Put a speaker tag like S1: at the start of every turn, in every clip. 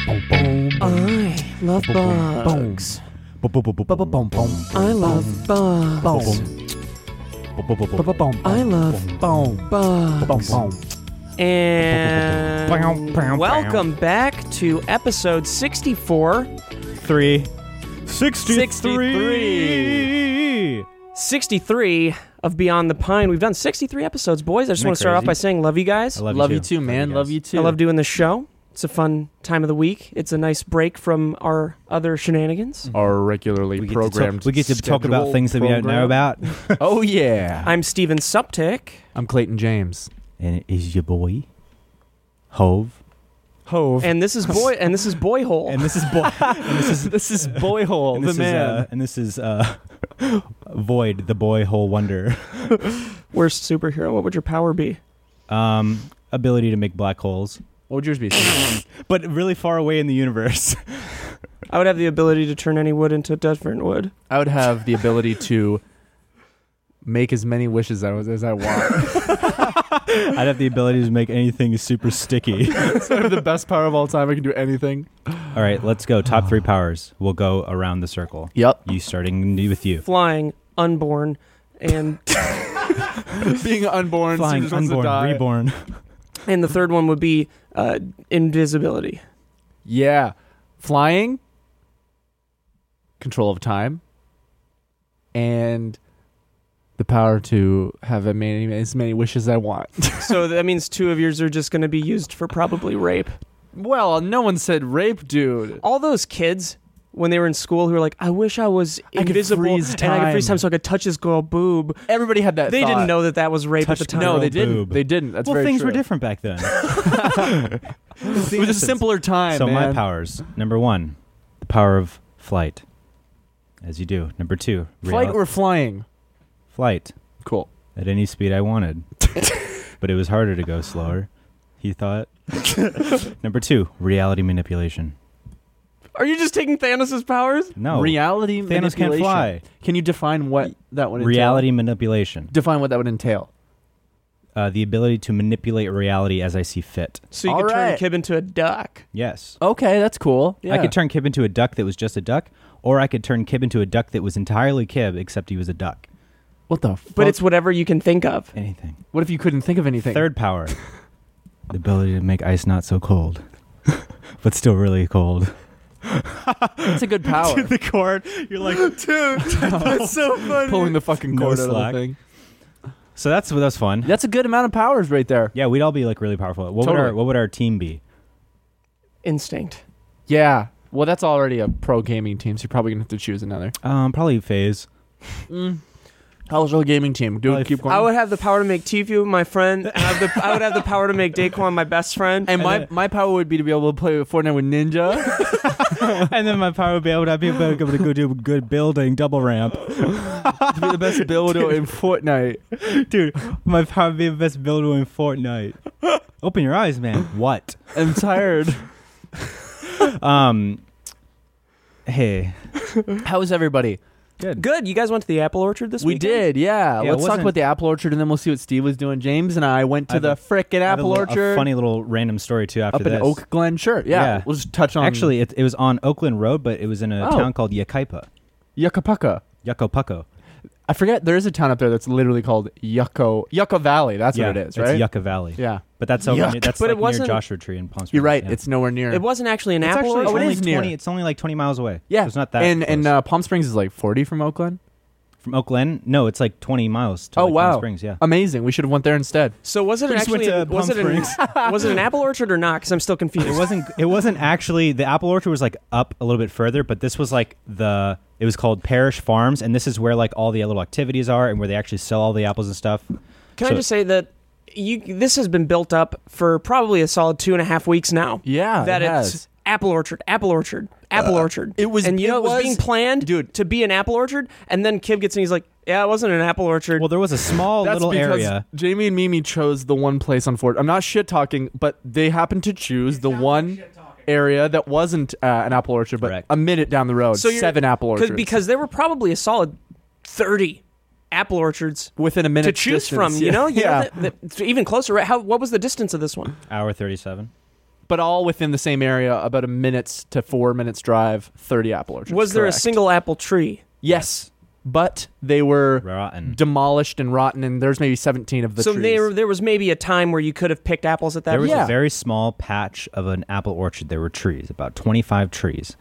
S1: I love bugs. I love bugs. I love bugs. And welcome back to episode 64.
S2: Three.
S1: 63. 63 of Beyond the Pine. We've done 63 episodes, boys. I just
S2: Isn't
S1: want
S2: that
S1: to start off
S2: crazy?
S1: by saying love you guys.
S2: I love,
S3: Love you too, man. Love you
S2: guys.
S3: too.
S1: I love doing this show. It's a fun time of the week. It's a nice break from our other shenanigans.
S2: Mm-hmm.
S4: are regularly
S2: We get, to
S4: programmed.
S2: talk, we get to talk about
S4: schedule
S2: things that we don't know
S4: program.
S2: about.
S3: oh yeah.
S1: I'm Steven Suptic.
S3: I'm Clayton James.
S2: and it is your boy, Hove.
S3: Hove.
S1: And this is boy and this is boy hole.
S2: And this is boy. and this is
S3: this is Boyhole,
S2: and this is, uh, and this is uh, Void, the boy hole wonder.
S1: Worst superhero. What would your power be?
S2: Um, ability to make black holes,
S3: what would yours be?
S2: but really far away in the universe.
S1: I would have the ability to turn any wood into different wood.
S3: I would have the ability to make as many wishes as I, as I want.
S2: I'd have the ability to make anything super sticky.
S3: so I have the best power of all time. I can do anything.
S2: All right, let's go. Top three powers. We'll go around the circle.
S3: Yep.
S2: You starting with you.
S1: Flying, unborn, and
S3: Being unborn,
S2: Flying,
S3: so just wants to die.
S2: unborn, reborn.
S1: and the third one would be uh, invisibility.
S3: Yeah. Flying, control of time, and the power to have as many, as many wishes as I want.
S1: So that means two of yours are just going to be used for probably rape.
S3: well, no one said rape, dude.
S1: All those kids when they were in school who were like, "I wish I was
S3: could
S1: invisible
S3: freeze
S1: and I could freeze
S3: time."
S1: time so I could touch this girl boob."
S3: Everybody had that.
S1: They
S3: thought.
S1: didn't know that that was rape
S2: Touch
S1: at the
S2: the
S1: time.
S3: No,
S2: Girl
S3: they didn't.
S2: boob.
S3: They didn't. That's
S2: well,
S3: very
S2: things were
S3: true.
S2: different back then.
S3: It was a simpler time.
S2: So my
S3: man.
S2: powers. Number one, the power of flight, as you do. Number two,
S3: Flight
S2: real-
S3: or flying?
S2: flight
S3: Cool.
S2: at any speed I wanted, but it was harder to go slower. He thought. Number two, reality manipulation.
S1: Are you just taking Thanos' powers?
S2: No,
S3: Reality
S2: Thanos can't
S3: manipulation.
S2: fly.
S3: Can you define what that would
S2: Reality manipulation.
S3: entail? Define what that would entail.
S2: Uh, the ability to manipulate reality as I see fit.
S1: So you
S3: All
S1: could
S3: right.
S1: turn Kib into a duck.
S2: Yes.
S3: Okay, that's cool.
S2: I could turn Kib into a duck that was just a duck, or I could turn Kib into a duck that was entirely Kib, except he was a duck.
S3: What the? Fuck?
S1: But it's whatever you can think of.
S2: Anything.
S3: what if you couldn't think of anything?
S2: Third power the ability to make ice not so cold, but still really cold.
S3: That's a good power.
S2: the cord, you're like,
S3: that's so funny. Pulling the fucking
S2: No
S3: cord out
S2: slack.
S3: of the thing.
S2: so that's that's fun.
S3: That's a good amount of powers right there.
S2: Yeah, we'd all be like really powerful. What would
S3: Totally.
S2: our what would our team be?
S1: Instinct.
S3: Yeah. Well, that's already a pro gaming team, so you're probably gonna have to choose another.
S2: Um, probably phase.
S3: Mm. How's your gaming team? Do
S2: Probably-
S3: keep going.
S1: I would have the power to make Tfue my friend. and I, have the, I would have the power to make Daquan my best friend.
S3: and my,
S2: and
S3: my power would be to be able to play Fortnite with Ninja.
S2: and then my power would be I would be able to go do good building double ramp.
S3: to be the best builder in Fortnite.
S2: Dude, my power would be the best builder in Fortnite. Open your eyes, man. What?
S3: I'm tired.
S2: Um Hey.
S3: How is everybody?
S2: Good.
S1: Good. You guys went to the apple orchard this
S3: We
S1: weekend?
S3: did, yeah.
S2: Yeah, it
S3: Let's talk
S2: wasn't-
S3: about the apple orchard, and then we'll see what Steve was doing. James and I went
S2: I
S3: to
S2: have
S3: the
S2: a-
S3: frickin'
S2: I have a
S3: apple
S2: little-
S3: orchard
S2: A funny little random story too after
S3: up in
S2: this.
S3: Oak Glen. Sure, yeah.
S2: Yeah.
S3: We'll just touch on
S2: Actually, it, it was on Oakland Road, but it was in a
S3: Um, Oh.
S2: town called Yakaipa.
S3: Yucca Pucca.
S2: Yucco Pucco.
S3: I forget there is a town up there that's literally called Yucco Yucca Valley. That's
S2: yeah,
S3: what it is,
S2: It's
S3: right?
S2: Yucca Valley.
S3: yeah,
S2: But that's over
S3: Yuck.
S2: near, that's
S1: But
S2: like
S1: it wasn't-
S2: near Joshua Tree in Palm Springs.
S3: you're right.
S2: yeah.
S3: It's nowhere near.
S1: It wasn't actually an
S2: It's
S1: apple
S2: actually
S3: Oh,
S1: orchard.
S3: it
S2: only
S3: is near.
S2: It's only like 20 miles away.
S3: yeah,
S2: so it's not that.
S3: And and
S2: close.
S3: uh, Palm Springs is like 40 from Oakland.
S2: from Oakland, no, it's like 20 miles to
S3: Oh,
S2: like,
S3: wow.
S2: Palm Springs. Yeah.
S3: Amazing. We should have went there instead.
S1: So was it
S2: We just went
S1: actually
S2: to
S1: was
S2: Palm
S1: it, an, was it an apple orchard or not? Because I'm still
S2: It
S1: confused.
S2: wasn't. It wasn't actually. The apple orchard was like up a little bit further, but this was like the. It was called Parish Farms, and this is where like all the little activities are, and where they actually sell all the apples and stuff.
S1: Can I
S2: So-
S1: just say that you this has been built up for probably a solid two and a half weeks now.
S3: Yeah,
S1: that
S3: it
S1: it's
S3: has.
S1: apple orchard, apple orchard, apple orchard.
S3: it was-
S1: and you
S3: it
S1: know it was,
S3: was-
S1: being planned,
S3: Dude.
S1: to be an apple orchard, and then Kib gets in, he's like, "Yeah, it wasn't an apple orchard."
S2: Well, there was a small
S3: That's
S2: little
S3: because
S2: area.
S3: Jamie and Mimi chose the one place on Fort. I'm not shit talking, but they happened to choose the one area that wasn't uh, an apple orchard, but
S2: Correct.
S3: a minute down the road,
S1: So you're-
S3: seven apple
S1: Because-
S3: orchards
S1: because there were probably a solid thirty apple orchards
S3: within a minute
S1: to choose from.
S3: distance.
S1: You
S3: Yeah.
S1: know, You know
S3: yeah.
S1: that- that- even closer. Right? How what was the distance of this one?
S2: Hour 37.
S3: but all within the same area, about a minute's to four minutes drive. Thirty apple orchards.
S1: Was there a
S3: correct.
S1: single apple tree?
S3: Yes, but they were
S2: Rotten.
S3: demolished and rotten, and there's maybe seventeen of the
S1: so
S3: trees.
S1: there, there was maybe a time where you could have picked apples at that.
S2: There was
S1: point.
S3: Uh, Yeah.
S2: a very small patch of an apple orchard. There were trees, about 25 trees.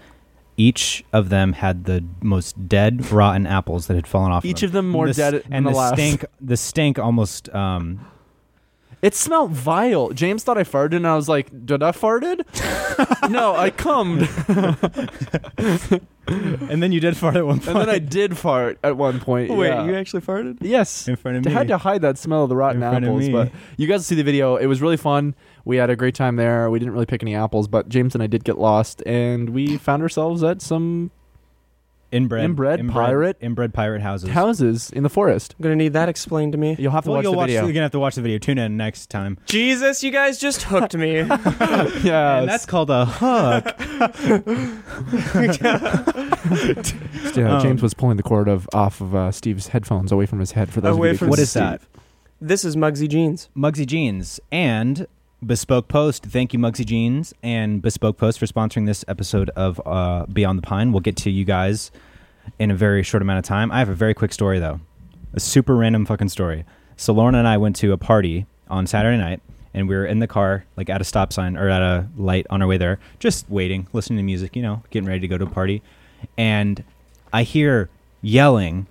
S2: Each of them had the most dead, rotten apples that had fallen off.
S3: Each
S2: them.
S3: of them more
S2: And the s-
S3: dead than
S2: and
S3: the
S2: the,
S3: last.
S2: stink. The stink almost. Um,
S3: It smelled vile. James thought I farted, and I was like, "Did I farted? no, I cummed."
S2: and then you did fart at one
S3: And
S2: point
S3: then I did fart at one point. yeah.
S1: actually farted?
S3: yes.
S2: in front of
S3: They
S2: me.
S3: had to hide that smell of the rotten
S2: In front of
S3: apples,
S2: me.
S3: but you guys see the video. It was really fun. We had a great time there. We didn't really pick any apples, but James and I did get lost, and we found ourselves at some
S2: inbred,
S3: inbred pirate-
S2: inbred pirate houses.
S3: houses in the forest.
S1: I'm gonna need that explained to me.
S3: You'll have to
S2: well,
S3: watch
S2: you'll
S3: the
S2: watch.
S3: video.
S2: You're gonna have to watch the video. Tune in next time.
S1: Jesus, you guys just hooked me.
S3: yeah,
S2: and that's called a hook.
S3: it's- yeah,
S2: um,
S3: James was pulling the cord of off of uh, Steve's headphones away from his head for those. of
S1: Away
S3: you that
S1: from
S3: can
S2: what
S3: see
S2: is that?
S1: this is Mugsy Jeans.
S2: Mugsy Jeans and Bespoke Post. Thank you, Mugsy Jeans and Bespoke Post, for sponsoring this episode of uh, Beyond the Pine. We'll get to you guys in a very short amount of time. I have a very quick story, though. A super random fucking story. So, Lauren and I went to a party on Saturday night, and we were in the car, like at a stop sign or at a light on our way there, just waiting, listening to music, you know, getting ready to go to a party. And I hear yelling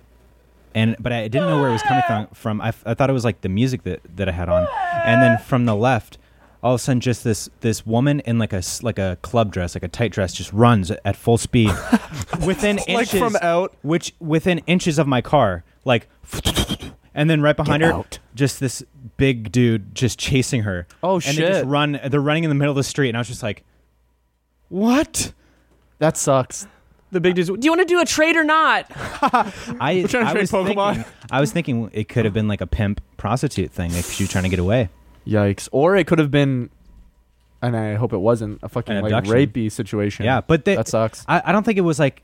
S2: and but I didn't know where it was coming from. From I, f- I thought it was like the music that that I had on, and then from the left, all of a sudden, just this this woman in like a s- like a club dress, like a tight dress, just runs at full speed within
S3: Like
S2: inches,
S3: from out.
S2: which within inches of my car, like, and then right behind her,
S3: out.
S2: just this big dude just chasing her.
S3: Oh
S2: and they just
S3: shit!
S2: run. They're running in the middle of the street, and I was just like,
S3: What? That sucks.
S1: The big dudes. Do you want to do a trade or not?
S2: I,
S3: trying to
S2: I
S3: trade
S2: was
S3: Pokemon.
S2: thinking, I was thinking it could have been like a pimp prostitute thing if she was trying to get away.
S3: Yikes! Or it could have been, and I hope it wasn't a fucking
S2: An
S3: like
S2: abduction.
S3: rapey situation.
S2: Yeah, but they,
S3: that sucks.
S2: I, I don't think it was like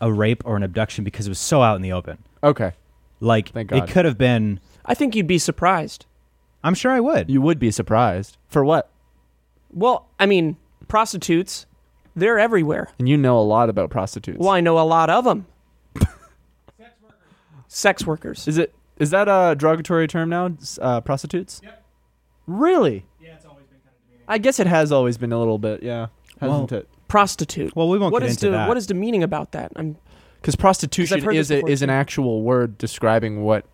S2: a rape or an abduction because it was so out in the open.
S3: Okay,
S2: Like
S3: Thank
S2: it
S3: God.
S2: could have been.
S1: I think you'd be surprised.
S2: I'm sure I would.
S3: you would be surprised for what?
S1: Well, I mean, prostitutes, they're everywhere.
S3: And you know a lot about prostitutes.
S1: Well, I know a lot of them. Sex workers.
S3: Is it is that a derogatory term now? s- Uh, prostitutes. Yep. Really? I guess it has always been a little bit, yeah, hasn't
S2: Well,
S3: it?
S1: Prostitute.
S2: well, we won't
S1: What
S2: get
S1: is
S2: into
S1: the
S2: that.
S1: what is the meaning about that? I'm 'Cause
S3: Because
S1: I've
S3: prostitution
S1: heard
S3: is
S1: this
S3: a,
S1: before,
S3: is an
S1: too.
S3: actual word describing what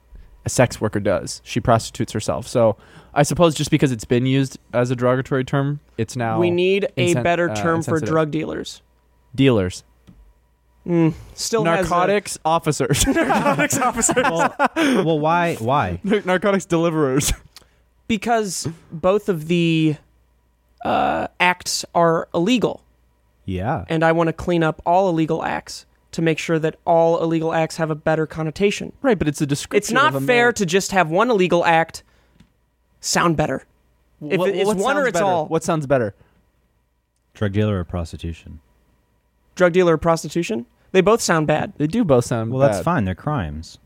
S3: a sex worker does. She prostitutes herself. So I suppose just because it's been used as a derogatory term, it's now
S1: we need a
S3: insen-
S1: better
S3: uh,
S1: term for
S3: insensitive.
S1: drug dealers.
S3: dealers,
S1: Mm, still has a-
S3: narcotics officers, narcotics officers,
S2: well, well, why? Why?
S3: narcotics deliverers.
S1: because both of the uh, acts are illegal,
S2: Yeah.
S1: and I want to clean up all illegal acts to make sure that all illegal acts have a better connotation.
S3: Right, but it's a description.
S1: It's not
S3: of a
S1: fair
S3: man.
S1: to just have one illegal act sound better. if
S3: What-
S1: it's
S3: what
S1: one or
S3: sounds
S1: it's
S3: better?
S1: all.
S3: What sounds better?
S2: Drug dealer or prostitution?
S1: Drug dealer or prostitution, they both sound bad.
S3: They do both sound
S2: Well,
S3: bad.
S2: that's fine. They're crimes.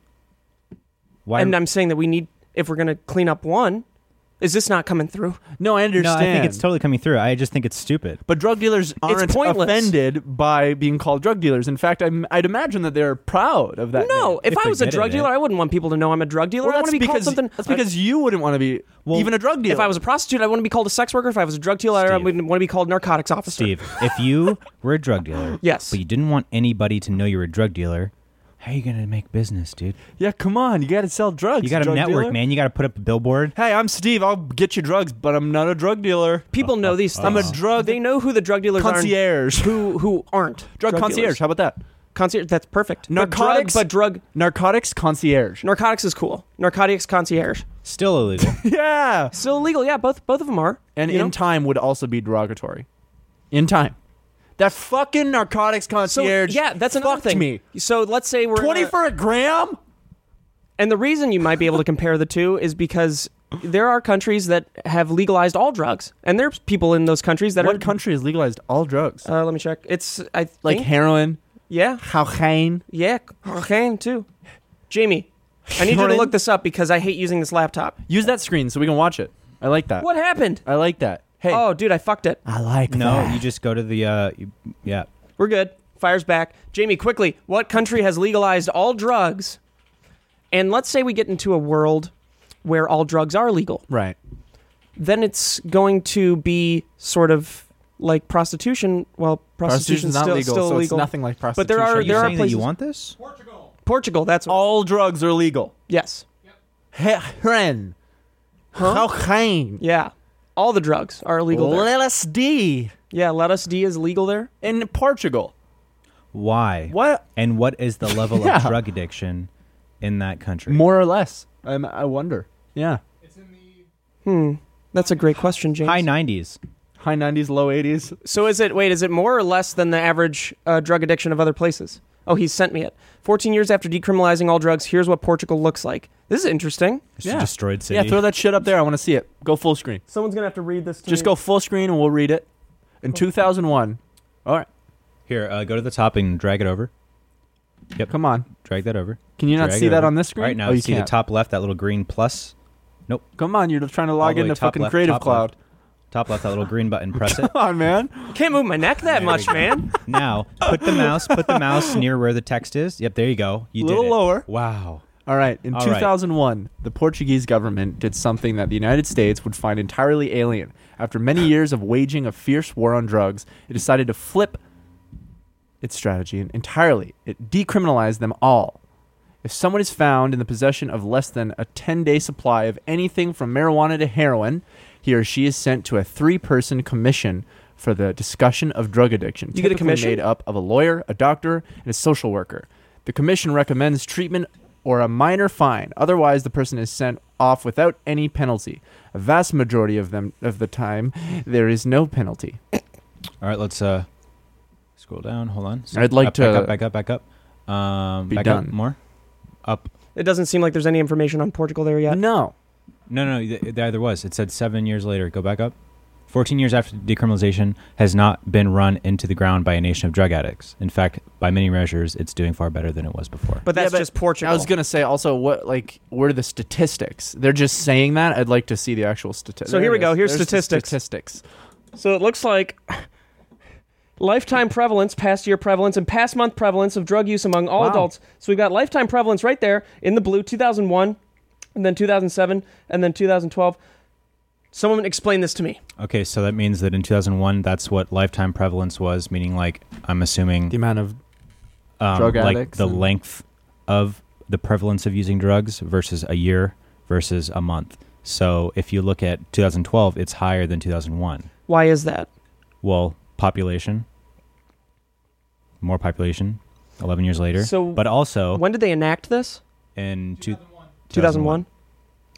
S2: Why?
S1: and I'm saying that we need, if we're going to clean up one, is this not coming through?
S3: No, I
S2: no,
S3: understand.
S2: I think it's totally coming through. I just think it's stupid.
S3: but drug dealers aren't
S1: pointless.
S3: offended by being called drug dealers. In fact, I'm, I'd imagine that they're proud of that.
S1: No,
S3: name.
S1: if,
S2: if
S1: I
S2: they
S1: was a
S2: get it,
S1: drug
S2: eh?
S1: dealer, I wouldn't want people to know I'm a drug dealer.
S3: Well,
S1: I want
S3: that's
S1: to be
S3: because
S1: called something.
S3: that's because you wouldn't want to be
S2: Well,
S3: even a drug dealer.
S1: If I was a prostitute, I wouldn't be called a sex worker. If I was a drug dealer, I
S2: Steve.
S1: wouldn't want to be called narcotics officer.
S2: Steve, if you were a drug dealer,
S1: Yes.
S2: but you didn't want anybody to know you were a drug dealer, how are you gonna make business, dude?
S3: yeah, come on, you got to sell drugs.
S2: You got to
S3: drug
S2: network,
S3: dealer.
S2: man. You got to put up a billboard.
S3: Hey, I'm Steve. I'll get you drugs, but I'm not a drug dealer.
S1: People know these things.
S3: Uh, I'm a drug
S1: They know who the drug dealers are. and
S3: Concierge,
S1: Who who aren't
S3: drug,
S1: dealers.
S3: concierge. How about that?
S1: Concierge. That's perfect. But drug-
S3: Narcotics-
S1: but drug
S3: Narcotics concierge.
S1: narcotics is cool. Narcotics concierge.
S2: Still illegal.
S3: yeah,
S1: Still illegal. Yeah, both both of them are.
S3: and
S1: you
S3: in
S1: know?
S3: time would also be derogatory. In time, that fucking narcotics
S1: so
S3: concierge.
S1: yeah, that's another
S3: fucked
S1: thing. uh,
S3: Me.
S1: So let's say we're in
S3: Twenty
S1: a-
S3: for a gram.
S1: And the reason you might be able to compare the two is because there are countries that have legalized all drugs, and there's people in those countries that are.
S3: What country has legalized all drugs?
S1: uh, let me check. It's I
S3: like
S1: think-
S3: heroin,
S1: yeah,
S3: cocaine.
S1: yeah, cocaine too. Jamie, I need you to
S3: Jordan?
S1: look this up because I hate using this laptop.
S3: Use that screen so we can watch it. I like that.
S1: What happened?
S3: I like that. Hey,
S1: Oh, dude, I fucked it.
S3: I like
S2: No,
S3: that.
S2: you just go to the uh, you, yeah.
S1: We're good. Fires back. Jamie, quickly, what country has legalized all drugs? And let's say we get into a world where all drugs are legal.
S3: right.
S1: Then it's going to be sort of like prostitution. Well, prostitution's,
S3: Prostitution's not
S1: still,
S3: legal,
S1: still
S3: so
S1: illegal.
S3: it's nothing like
S1: But
S3: prostitution.
S1: there
S2: Are
S1: are
S2: you
S1: there are
S2: saying that
S1: places.
S2: you want this?
S1: Portugal. That's
S3: all drugs are legal.
S1: yes.
S3: Heroin,
S1: Huh?
S3: cocaine,
S1: Yeah. All the drugs are illegal there.
S3: LSD
S1: Yeah, lettuce D is legal there.
S3: in Portugal.
S2: Why?
S3: What?
S2: And what is the level
S3: Yeah.
S2: of drug addiction in that country?
S3: More or less. I'm, I wonder. Yeah.
S1: Hmm. That's a great question, James.
S2: High nineties.
S3: High 90s, low 80s.
S1: So is it? Wait, is it more or less than the average uh, drug addiction of other places? Oh, he sent me it. 14 years after decriminalizing all drugs, here's what Portugal looks like. This is interesting.
S3: Yeah.
S2: Destroyed city.
S3: Yeah, throw that shit up there. I want to see it. Go full screen.
S1: Someone's gonna have to read this. To
S3: Just go full screen and we'll read it. In 2001. All right.
S2: Here, uh, go to the top and drag it over.
S3: Come on.
S2: Drag that over.
S3: Can you not
S2: Drag
S3: see
S2: it
S3: that
S2: over.
S3: on this screen?
S2: Right now,
S3: Oh, you
S2: see
S3: can't.
S2: the top left, that little green plus.
S3: Come on. You're trying to log
S2: the way
S3: into
S2: top
S3: fucking
S2: left,
S3: Creative
S2: top
S3: Cloud.
S2: Top left, that little green button. Press it.
S3: Come on, man.
S1: Can't move my neck that
S2: There
S1: much,
S2: we go.
S1: man.
S2: Now, put the mouse. Put the mouse near where the text is. Yep, there you go. You
S3: Little
S2: did it.
S3: lower.
S2: Wow.
S3: All right. In
S2: All right.
S3: 2001, the Portuguese government did something that the United States would find entirely alien. After many years of waging a fierce war on drugs, it decided to flip its strategy entirely. It decriminalized them all. If someone is found in the possession of less than a 10 day supply of anything from marijuana to heroin, he or she is sent to a three person commission for the discussion of drug addiction.
S1: You get a
S3: typically
S1: commission?
S3: Made up of a lawyer, a doctor, and a social worker. The commission recommends treatment or a minor fine. Otherwise, the person is sent off without any penalty. A vast majority of them of the time, there is no penalty.
S2: All right, let's uh, scroll down. Hold on.
S3: I'd like
S2: Up, back
S3: to-
S2: up, back up, back up. Um,
S3: Be
S2: back up
S3: done.
S2: more. Up.
S1: It doesn't seem like there's any information on Portugal there yet.
S3: No.
S2: No, no, th- there there was. It said seven years later. Go back up. Fourteen years after decriminalization has not been run into the ground by a nation of drug addicts. In fact, by many measures, it's doing far better than it was before.
S1: But that's
S3: Yeah, but
S1: just Portugal.
S3: I was gonna say also what like what are the statistics? They're just saying that. I'd like to see the actual statistics.
S1: So here we go. Here's statistics.
S3: Statistics.
S1: So it looks like lifetime prevalence, past year prevalence, and past month prevalence of drug use among all
S3: Wow.
S1: adults. So we've got lifetime prevalence right there in the blue, 2001, and then 2007, and then 2012. Someone explain this to me.
S2: Okay, so that means that in 2001, that's what lifetime prevalence was, meaning like I'm assuming
S3: The amount of
S2: um,
S3: drug
S2: like
S3: addicts
S2: the
S3: and-
S2: length of the prevalence of using drugs versus a year versus a month. So if you look at 2012, it's higher than 2001.
S1: Why is that?
S2: Well, population, more population, 11 years later.
S1: So
S2: but oh. also
S1: when did they enact this?
S2: in two-
S1: 2001.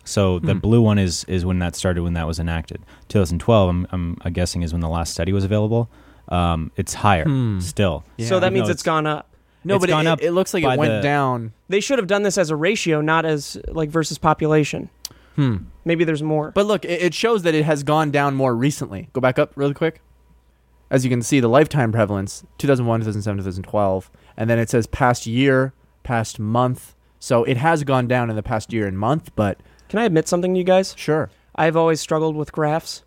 S2: So the
S3: Hmm.
S2: blue one is is when that started, when that was enacted. 2012, I'm I'm uh, guessing is when the last study was available. Um, it's higher
S3: Hmm.
S2: still.
S1: So that
S2: Even
S1: means
S2: though
S1: it's gone up.
S3: no,
S2: it's
S3: but
S2: gone
S3: it,
S2: up
S3: it looks like
S2: by
S3: it went
S2: the-
S3: down.
S1: They should have done this as a ratio, not as like versus population.
S3: Hmm.
S1: Maybe there's more.
S3: But look, it, it shows that it has gone down more recently. Go back up really quick. As you can see, the lifetime prevalence 2001, 2007, 2012, and then it says past year, past month. So it has gone down in the past year and month, but
S1: Can I admit something to you guys?
S3: sure.
S1: I've always struggled with graphs.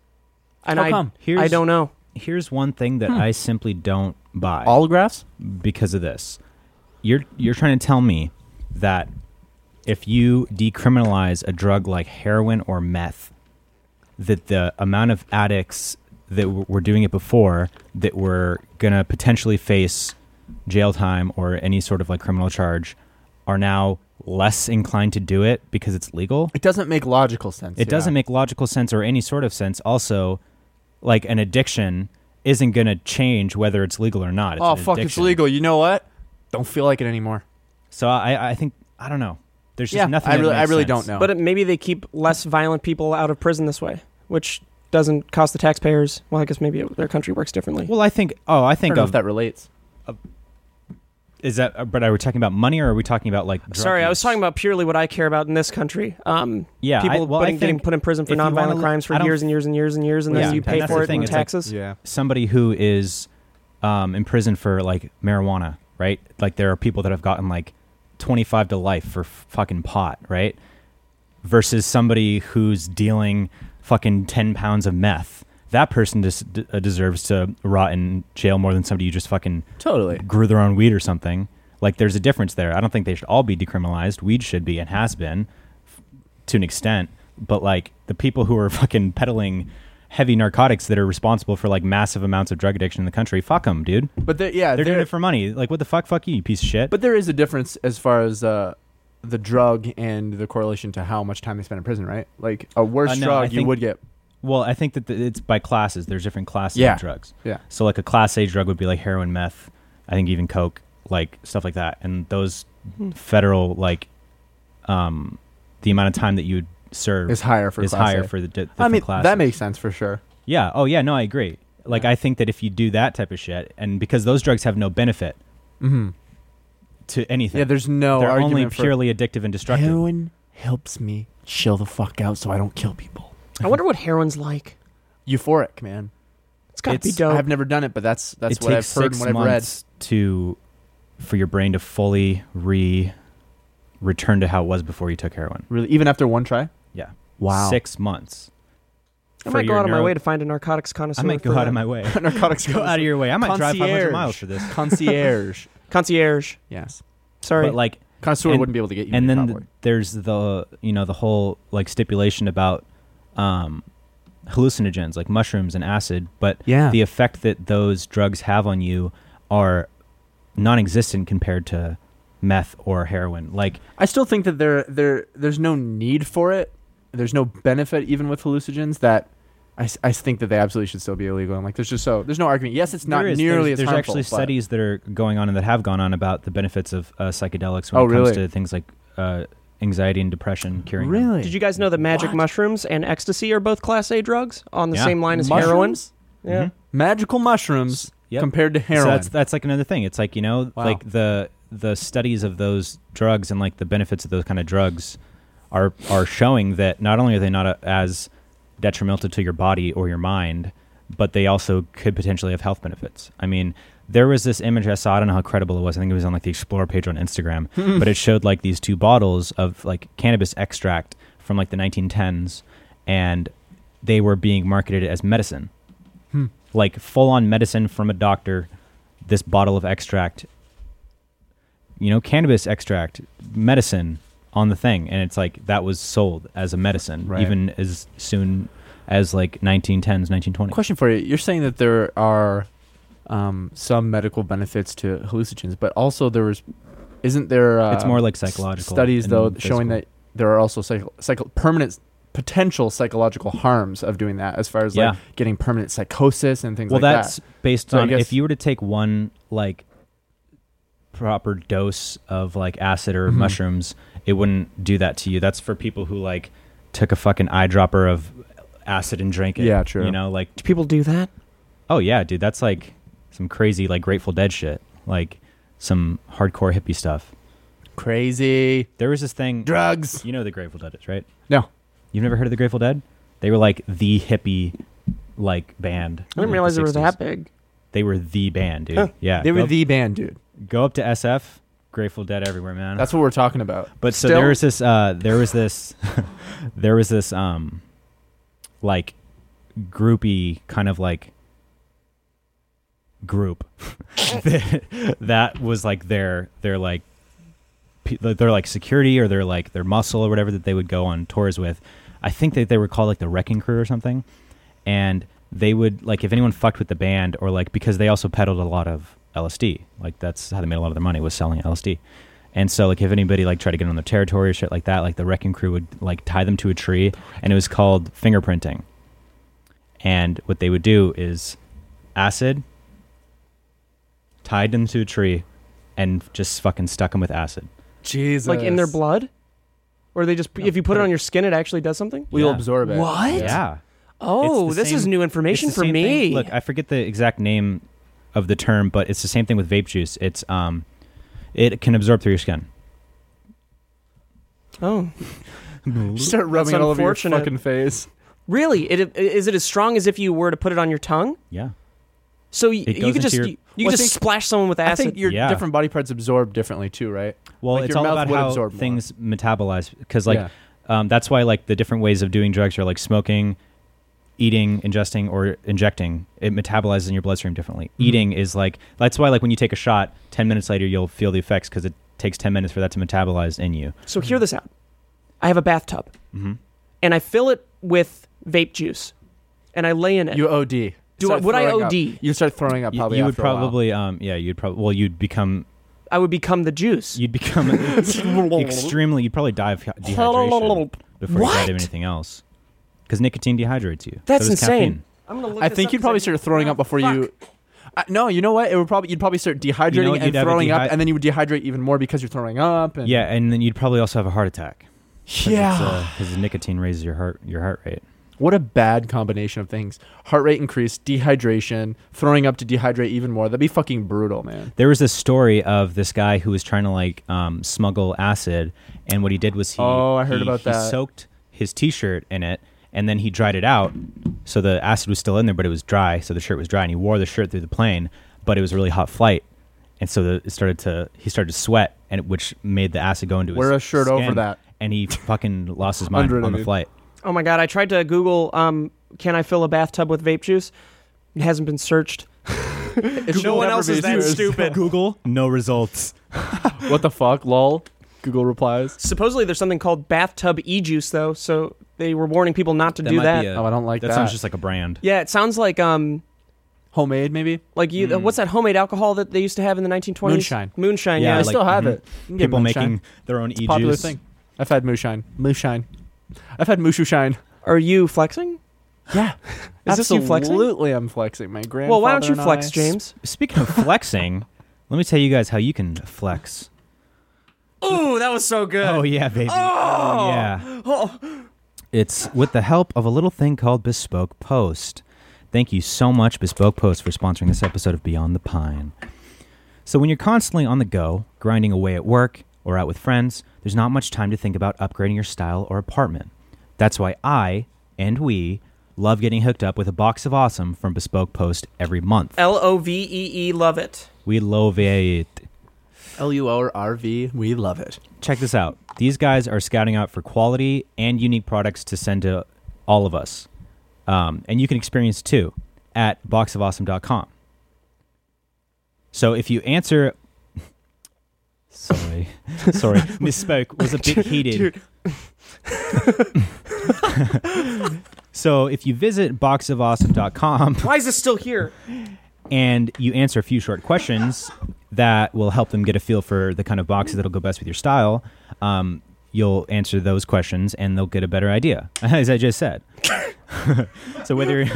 S1: And
S3: How
S1: I,
S3: come?
S1: I
S2: Here's-
S1: don't know.
S2: Here's one thing that
S3: Hmm.
S2: I simply don't buy
S3: All graphs?
S2: because of this. You're you're trying to tell me that if you decriminalize a drug like heroin or meth, that the amount of addicts that w- were doing it before that were gonna potentially face jail time or any sort of like criminal charge are now less inclined to do it because it's legal.
S3: It doesn't make logical sense.
S2: It doesn't make logical sense or any sort of sense. Also, like an addiction isn't going to change whether it's legal or not. It's
S3: Oh
S2: an
S3: fuck, it's
S2: addiction.
S3: legal. You know what? Don't feel like it anymore.
S2: So I, I think I don't know. There's just
S3: Yeah,
S2: nothing.
S3: I
S2: that
S3: really- I
S2: makes
S3: really
S2: sense.
S3: don't know.
S1: But it, maybe they keep less violent people out of prison this way, which doesn't cost the taxpayers. Well, I guess maybe it, their country works differently.
S2: Well, I think. Oh, I
S3: I don't
S2: think
S3: know if
S2: of
S3: that relates.
S2: is that. uh, But are we talking about money or are we talking about like? Drug
S1: Sorry, I was
S2: use?
S1: talking about purely what I care about in this country. Um,
S2: yeah. I-
S1: people
S2: well, I
S1: putting, getting
S2: think
S1: put in prison for
S2: if you wanna
S1: nonviolent
S2: look-
S1: crimes for
S2: I don't-
S1: years and years and years and years, and then
S2: Yeah,
S1: you
S2: and
S1: pay
S2: that's
S1: for
S2: the
S1: it
S2: thing,
S1: in
S2: it's like-
S1: taxes.
S3: Yeah.
S2: somebody who is um, in prison for like marijuana, right? Like there are people that have gotten like 25 to life for f- fucking pot, right? Versus somebody who's dealing fucking 10 pounds of meth that person des- d- uh, deserves to rot in jail more than somebody who just fucking
S3: Totally.
S2: grew their own weed or something. Like there's a difference there. I don't think they should all be decriminalized. Weed should be and has been f- to an extent, but like the people who are fucking peddling heavy narcotics that are responsible for like massive amounts of drug addiction in the country, fuck them, dude.
S3: But there, yeah,
S2: They're
S3: there-
S2: doing it for money. Like what the fuck? Fuck you, you piece of shit.
S3: But there is a difference as far as uh, the drug and the correlation to how much time they spend in prison, right? Like a worse
S2: Uh, no, I
S3: drug, you
S2: think-
S3: would get.
S2: well, I think that the, it's by classes. There's different classes
S3: Yeah.
S2: of drugs.
S3: Yeah.
S2: So like a class A drug would be like heroin, meth, I think even coke, like stuff like that. And those
S3: Hmm.
S2: federal like um the amount of time that you would serve
S3: Is higher for
S2: is
S3: class
S2: higher
S3: A.
S2: for the di-
S3: I
S2: different
S3: mean,
S2: classes.
S3: that makes sense for sure.
S2: yeah. Oh yeah. No, I agree. Like
S3: Yeah.
S2: I think that if you do that type of shit, and because those drugs have no benefit
S3: Mm-hmm.
S2: to anything,
S3: Yeah, there's no
S2: they're
S3: argument
S2: only
S3: for-
S2: purely addictive and destructive.
S3: Heroin helps me chill the fuck out so I don't kill people.
S1: I wonder what heroin's like.
S3: Euphoric, man.
S1: It's gotta be
S2: It's-
S1: dope.
S3: I've never done it, but that's that's
S2: it
S3: what I've
S2: takes
S3: heard and
S2: six
S3: what I've read.
S2: months to for your brain to fully re return to how it was before you took heroin.
S3: Really, even after one try.
S2: Yeah.
S3: Wow.
S2: Six months.
S1: I
S2: for
S1: might go
S2: your
S1: out of my
S2: neuro-
S1: way to find a narcotics connoisseur.
S2: I might go
S1: for
S2: out
S1: that.
S2: of my way.
S3: Narcotics
S2: go out of your way. I might drive 500
S3: Concierge.
S2: miles for this.
S3: Concierge.
S1: concierge.
S3: yes.
S1: Sorry,
S2: But like,
S3: Connoisseur
S2: And-
S3: wouldn't be able to get you.
S2: and
S3: there,
S2: then
S3: probably.
S2: th- there's the you know the whole like stipulation about um, hallucinogens like mushrooms and acid, but
S3: yeah.
S2: the effect that those drugs have on you are non-existent compared to meth or heroin. Like,
S3: I still think that there there there's no need for it. There's no benefit even with hallucinogens that I, s- I s- think that they absolutely should still be illegal. I'm like there's just so there's no argument. Yes, it's not
S2: there is-
S3: nearly
S2: there's,
S3: as
S2: there's
S3: harmful.
S2: actually
S3: but-
S2: studies that are going on and that have gone on about the benefits of uh, psychedelics when
S3: Oh,
S2: it comes
S3: really?
S2: to things like uh, anxiety and depression curing. them.
S3: Really?
S1: did you guys know that magic
S3: What?
S1: mushrooms and ecstasy are both class A drugs on the
S2: Yeah.
S1: same line as
S3: mushrooms?
S1: heroin? Yeah.
S2: Mhm.
S3: Magical mushrooms
S2: Yep.
S3: compared to
S2: So
S3: heroin.
S2: that's that's like another thing. It's like you know,
S3: Wow.
S2: like the the studies of those drugs and like the benefits of those kind of drugs are are showing that not only are they not uh as detrimental to your body or your mind, but they also could potentially have health benefits. I mean, there was this image I saw. I don't know how credible it was. I think it was on like the Explorer page on Instagram, but it showed like these two bottles of like cannabis extract from like the 1910s, and they were being marketed as medicine,
S3: Hmm.
S2: like full on medicine from a doctor. This bottle of extract, you know, cannabis extract, medicine on the thing, and it's like that was sold as a medicine,
S3: Right.
S2: even as soon as like 1910s, 1920s.
S3: Question for you: You're saying that there are um, some medical benefits to hallucinogens, but also there was, isn't there? Uh,
S2: It's more like
S3: s-
S2: psychological
S3: studies,
S2: and
S3: though,
S2: physical.
S3: showing that there are also psycho- psycho- permanent potential psychological harms of doing that, as far as
S2: Yeah.
S3: like getting permanent psychosis and things
S2: well,
S3: like
S2: that's
S3: that.
S2: based
S3: So I
S2: on
S3: guess-
S2: if you were to take one like proper dose of like acid or
S3: Mhm.
S2: mushrooms, it wouldn't do that to you. That's for people who like took a fucking eyedropper of acid and drank it.
S3: Yeah, true.
S2: You know, like
S1: Do people do that?
S2: oh yeah, dude, that's like some crazy like Grateful Dead shit, like some hardcore hippie stuff.
S3: Crazy
S2: There was this thing.
S3: drugs.
S2: You know who the Grateful Dead is, right?
S3: No.
S2: You've never heard of the Grateful Dead? They were like the hippie like band.
S1: I didn't realize it was that big.
S2: They were the band, dude.
S1: Huh.
S2: Yeah.
S3: They
S2: go
S3: were
S2: up-
S3: the band, dude.
S2: go up to SF, Grateful Dead everywhere, man.
S3: That's what we're talking about.
S2: but so
S1: still-
S2: there was this uh there was this there was this um like groupie kind of like group that, that was like their their like pe- their like security or their like their muscle or whatever that they would go on tours with. I think that they were called like the Wrecking Crew or something, and they would like if anyone fucked with the band or like because they also peddled a lot of LSD. Like that's how they made a lot of their money was selling LSD. And so like if anybody like tried to get on their territory or shit like that, like the Wrecking Crew would like tie them to a tree, and it was called fingerprinting. And what they would do is acid tied them to a tree and just fucking stuck them with acid.
S3: Jesus,
S1: Like in their blood? Or they just if you put it on your skin it actually does something?
S3: we'll
S2: Yeah.
S3: absorb it.
S1: What?
S2: Yeah.
S1: Oh,
S2: It's the
S1: this is
S2: same-
S1: new
S2: It's
S1: information
S2: the
S1: for
S2: same
S1: me.
S2: thing- Look, I forget the exact name of the term, but it's the same thing with vape juice. It's um, it can absorb through your skin.
S1: oh.
S3: Start rubbing
S1: That's
S3: it all over your
S1: unfortunate.
S3: fucking face.
S1: Really? It is it as strong as if you were to put it on your tongue?
S2: Yeah.
S1: So y-
S2: It goes
S1: you could
S2: into
S1: just
S2: your-
S1: you, you
S3: Well, I
S1: could just
S3: think-
S1: splash someone with
S3: I
S1: acid.
S3: think your
S2: Yeah.
S3: different body parts absorb differently too, right?
S2: Well,
S3: Like
S2: it's
S3: your
S2: all
S3: mouth
S2: about
S3: would
S2: how
S3: absorb more.
S2: things metabolize because like
S3: Yeah.
S2: um, that's why like the different ways of doing drugs are like smoking, eating, ingesting, or injecting, it metabolizes in your bloodstream differently.
S3: Mm-hmm.
S2: Eating is like that's why like when you take a shot, ten minutes later you'll feel the effects because it takes ten minutes for that to metabolize in you.
S1: So hear this out. I have a bathtub,
S3: Mm-hmm.
S1: and I fill it with vape juice, and I lay in it.
S3: You OD.
S1: Do
S3: Start
S1: I- would I
S3: throwing up.
S1: OD?
S3: You start throwing up.
S2: You-
S3: Probably
S2: you would
S3: after a while.
S2: probably um yeah you'd probably well you'd become
S1: I would become the juice.
S2: you'd become extremely you'd probably die of hy- dehydration before you died
S1: What?
S2: of anything else because nicotine dehydrates you. So
S1: That's
S2: does
S1: insane.
S2: caffeine.
S1: I'm gonna look
S3: I
S1: this
S3: think
S1: up
S3: you'd
S1: 'cause
S3: probably
S1: I-
S3: start throwing up before you. I, no, you know what? It would probably you'd probably start dehydrating
S2: what?
S3: and
S2: You'd have a
S3: throwing
S2: dehy-
S3: up, and then you would dehydrate even more because you're throwing up. And
S2: Yeah, uh, and then you'd probably also have a heart attack.
S3: yeah.
S2: because nicotine raises your heart your heart rate.
S3: What a bad combination of things: heart rate increase, dehydration, throwing up to dehydrate even more. That'd be fucking brutal, man.
S2: There was this story of this guy who was trying to like um, smuggle acid, and what he did was he
S3: Oh, I heard
S2: he-
S3: about
S2: he
S3: that.
S2: soaked his T-shirt in it, and then he dried it out, so the acid was still in there, but it was dry, so the shirt was dry, and he wore the shirt through the plane, but it was a really hot flight, and so the, it started to he started to sweat, and it- which made the acid go into his
S3: Wear a shirt over
S2: skin,
S3: that.
S2: and he fucking lost his mind
S3: Under it,
S2: on the
S3: dude.
S2: flight.
S1: Oh my god! I tried to Google. Um, can I fill a bathtub with vape juice? It hasn't been searched.
S3: It should
S1: No one
S3: never
S1: else
S3: be
S1: is that
S3: serious.
S1: stupid.
S2: Google no results.
S3: What the fuck, lol? Google replies.
S1: Supposedly, there's something called bathtub e juice though, so they were warning people not to
S2: That
S1: do
S2: might
S1: that.
S2: be a-
S3: Oh, I don't like
S2: that
S3: that.
S2: sounds just like a brand.
S1: yeah, it sounds like um,
S3: Homemade, maybe.
S1: like you.
S2: Hmm.
S1: What's that homemade alcohol that they used to have in the 1920s?
S3: Moonshine.
S1: Moonshine. Yeah.
S3: I
S2: Yeah, like-
S3: still have
S2: mhm.
S3: it. You can get
S2: People
S3: moonshine.
S2: making their own e
S3: popular
S2: juice.
S3: thing. I've had moonshine. Moonshine. I've had mooshushine.
S1: Are you flexing?
S3: Yeah.
S1: Is this you flexing?
S3: Absolutely, I'm flexing. My grandfather.
S1: Well, why don't you
S3: and
S1: flex,
S3: I-
S1: James?
S2: Speaking of flexing, let me tell you guys how you can flex.
S1: Ooh, that was so good.
S2: Oh yeah, baby. Oh yeah. It's with the help of a little thing called Bespoke Post. Thank you so much, Bespoke Post, for sponsoring this episode of Beyond the Pine. So when you're constantly on the go, grinding away at work or out with friends, there's not much time to think about upgrading your style or apartment. That's why I and we love getting hooked up with a box of awesome from Bespoke Post every month.
S1: L O V E E, love it.
S2: We love it.
S3: L U O R V. We love it.
S2: check this out. These guys are scouting out for quality and unique products to send to all of us. Um, and you can experience too at boxofawesome.com. So if you answer. Sorry. Sorry. Misspoke. Was a bit heated. so if you visit boxofawesome.com
S1: Why is this still here?
S2: and you answer a few short questions that will help them get a feel for the kind of boxes that'll go best with your style. Um, you'll answer those questions, and they'll get a better idea, as I just said. so whether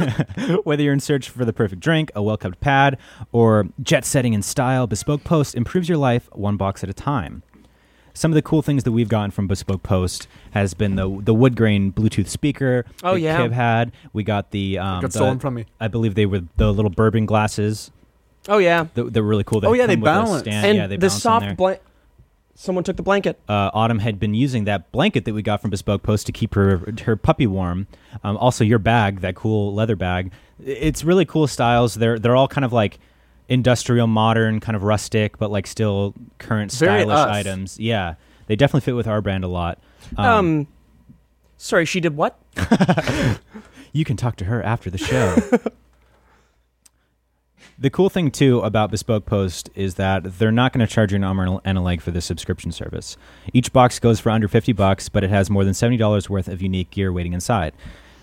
S2: whether you're in search for the perfect drink, a well-kept pad, or jet setting in style, Bespoke Post improves your life one box at a time. Some of the cool things that we've gotten from Bespoke Post has been the the wood grain Bluetooth speaker.
S1: Oh,
S2: that
S1: yeah.
S2: Kib had. We got the um,
S3: Got
S2: the-
S3: stolen from me.
S2: I believe they were the little bourbon glasses
S1: Oh yeah,
S2: that, that were really cool. That
S3: Oh, yeah,
S2: come
S3: they
S2: with a
S3: balance.
S2: stand.
S1: and
S2: yeah, they
S1: the
S2: balance on there.
S1: soft blanket. Someone took the blanket.
S2: uh, Autumn had been using that blanket that we got from Bespoke Post to keep her her puppy warm. Um, also, your bag, that cool leather bag. It's really cool styles. They're they're all kind of like industrial, modern, kind of rustic, but like still current
S3: Very
S2: stylish
S3: us.
S2: items. Yeah, they definitely fit with our brand a lot.
S1: Um, sorry, she did what?
S2: You can talk to her after the show. the cool thing too about Bespoke Post is that they're not going to charge you an arm and a- and a leg for this subscription service. Each box goes for under 50 bucks, but it has more than $70 worth of unique gear waiting inside.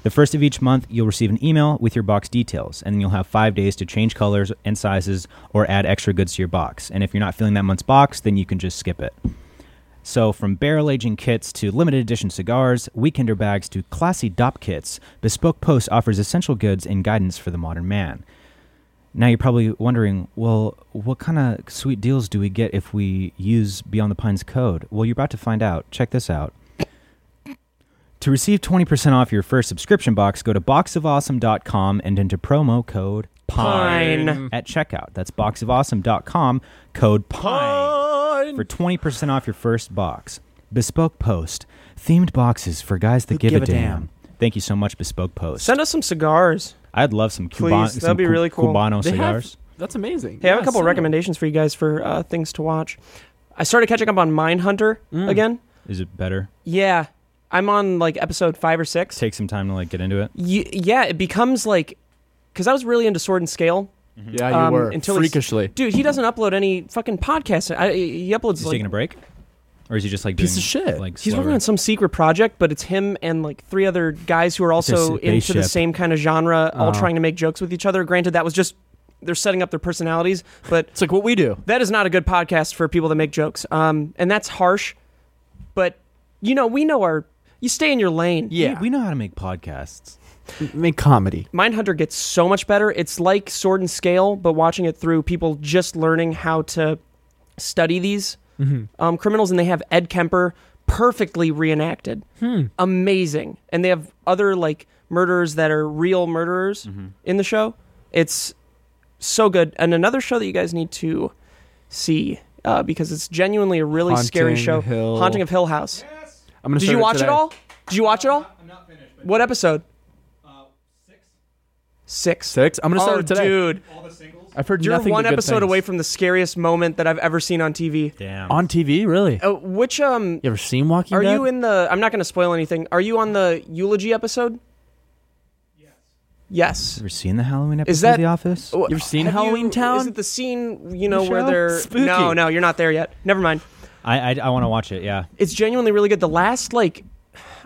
S2: The first of each month, you'll receive an email with your box details, and then you'll have five days to change colors and sizes or add extra goods to your box. And if you're not feeling that month's box, then you can just skip it. So, from barrel aging kits to limited edition cigars, weekender bags to classy DOP kits, Bespoke Post offers essential goods and guidance for the modern man. Now, you're probably wondering, well, what kind of sweet deals do we get if we use Beyond the Pines code? Well, you're about to find out. Check this out. To receive 20% off your first subscription box, go to boxofawesome.com and enter promo code PINE,
S1: Pine.
S2: at checkout. That's boxofawesome.com, code PINE
S3: Fine.
S2: for 20% off your first box. Bespoke Post. Themed boxes for guys that give, a, damn. Thank you so much, Bespoke Post.
S1: Send us some cigars.
S2: I'd love some,
S1: Please,
S2: Cuban-
S1: that'd
S2: some
S1: be
S2: Cu-
S1: really cool.
S2: Cubano
S3: They have-
S2: cigars.
S3: That's amazing.
S1: Hey, I have
S3: Yeah,
S1: a couple
S3: send them.
S1: recommendations for you guys for uh,
S2: Mm.
S1: things to watch. I started catching up on Mindhunter again.
S2: Is it better?
S1: Yeah, I'm on like episode five or six.
S2: Take some time to like get into it.
S1: Y- yeah, it becomes like because I was really into Sword and Scale,
S3: Mm-hmm. Yeah, you
S1: Um,
S3: were
S1: until he's-
S3: freakishly.
S1: dude. He doesn't upload any fucking podcast. I, he uploads
S2: Is he
S1: like
S2: taking a break, or is he just like
S3: Piece
S2: doing,
S3: of shit.
S2: Like
S1: He's working
S2: slower-
S1: on some secret project, but it's him and like three other guys who are
S2: It's a Uh-huh.
S1: also
S2: s- they
S1: into the
S2: ship.
S1: same kind of genre, all
S3: Oh.
S1: trying to make jokes with each other. Granted, that was just they're setting up their personalities, but
S3: It's like what we do.
S1: that is not a good podcast for people that make jokes. Um, and that's harsh, but you know we know our you stay in your lane.
S3: Yeah,
S2: We, we know how to make podcasts.
S3: make comedy.
S1: Mindhunter gets so much better. It's like Sword and Scale, but watching it through people just learning how to study these
S3: Mm-hmm.
S1: um, criminals, and they have Ed Kemper perfectly reenacted.
S3: Hmm.
S1: Amazing. And they have other like murderers that are real murderers
S3: Mm-hmm.
S1: in the show. It's so good. And another show that you guys need to see uh, because it's genuinely a really scary
S3: Haunting
S1: show
S3: Hill-
S1: Haunting of Hill House.
S3: I'm gonna.
S1: Did
S3: start
S1: you watch it
S3: today.
S1: all? Did you watch it all?
S2: I'm not finished, but Uh,
S1: What episode? Six.
S3: Six. I'm gonna start
S1: oh,
S3: it today.
S1: dude.
S2: all the singles.
S3: I've heard
S1: You're
S3: nothing
S1: one
S3: but good
S1: episode
S3: things.
S1: away from the scariest moment that I've ever seen on TV.
S2: Damn.
S3: on TV. Really?
S1: Uh, which um
S3: You ever seen Walking
S1: are
S3: Dead?
S1: you in the I'm not going to spoil anything. Are you on the eulogy episode? Yes.
S2: ever seen the Halloween episode
S1: Is that- Oh.
S2: of The Office?
S1: Yes.
S3: ever seen
S1: Have you-
S3: Halloween Town?
S1: Is it the scene, you know,
S3: The
S1: where
S3: show?
S1: they're
S3: Spooky.
S1: No, no, you're not there yet. Never mind.
S2: I I, I want to watch it. Yeah.
S1: It's genuinely really good. The last like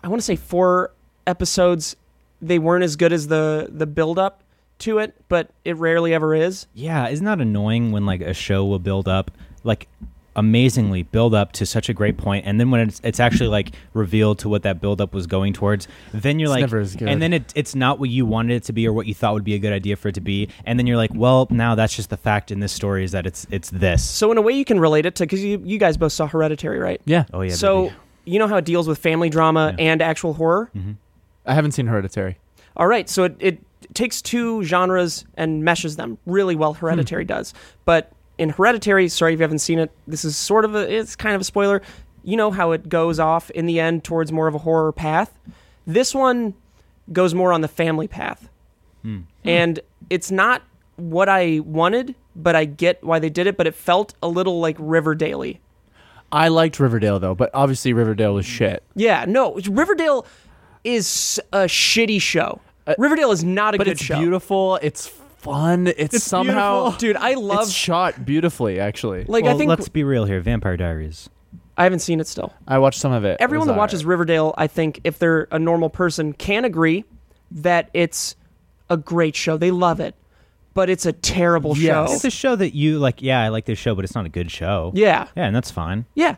S1: I want to say 4 episodes they weren't as good as the the build up to it, but it rarely ever is.
S2: Yeah. Isn't that annoying when like a show will build up like amazingly build up to such a great point and then when it's, it's actually like revealed to what that build up was going towards then you're
S3: It's
S2: like
S3: never as good.
S2: and then it, it's not what you wanted it to be or what you thought would be a good idea for it to be and then you're like well now that's just the fact in this story is that it's it's this
S1: So in a way you can relate it to cuz you you guys both saw Hereditary, right?
S3: Yeah.
S2: oh yeah
S1: so
S2: baby.
S1: you know how it deals with family drama
S2: Yeah.
S1: and actual horror
S3: I haven't seen Hereditary.
S1: all right so it, it takes two genres and meshes them really well
S3: Hmm.
S1: hereditary does but in hereditary sorry if you haven't seen it this is sort of a it's kind of a spoiler you know how it goes off in the end towards more of a horror path this one goes more on the family path
S3: Hmm.
S1: and it's not what i wanted but i get why they did it but it felt a little like river daily
S3: I liked Riverdale though, but obviously Riverdale was shit.
S1: Yeah, no, it's- Riverdale is a shitty show. Riverdale is not a
S3: Uh, But
S1: good
S3: it's
S1: show.
S3: beautiful. It's fun. It's, somehow
S1: Dude, I
S3: it's
S1: love
S3: shot beautifully. Actually,
S1: like
S2: well,
S1: I think
S2: let's be real here vampire diaries
S1: I haven't seen it still.
S3: I watched some of it. It
S1: Everyone
S3: was
S1: that watches
S3: alright.
S1: Riverdale, I think if they're a normal person can agree that it's a great show. They love it. But it's a terrible
S3: Yes.
S1: show.
S2: it's a show that you like yeah i like this show but it's not a good show
S1: yeah.
S2: yeah and that's fine
S1: Yeah.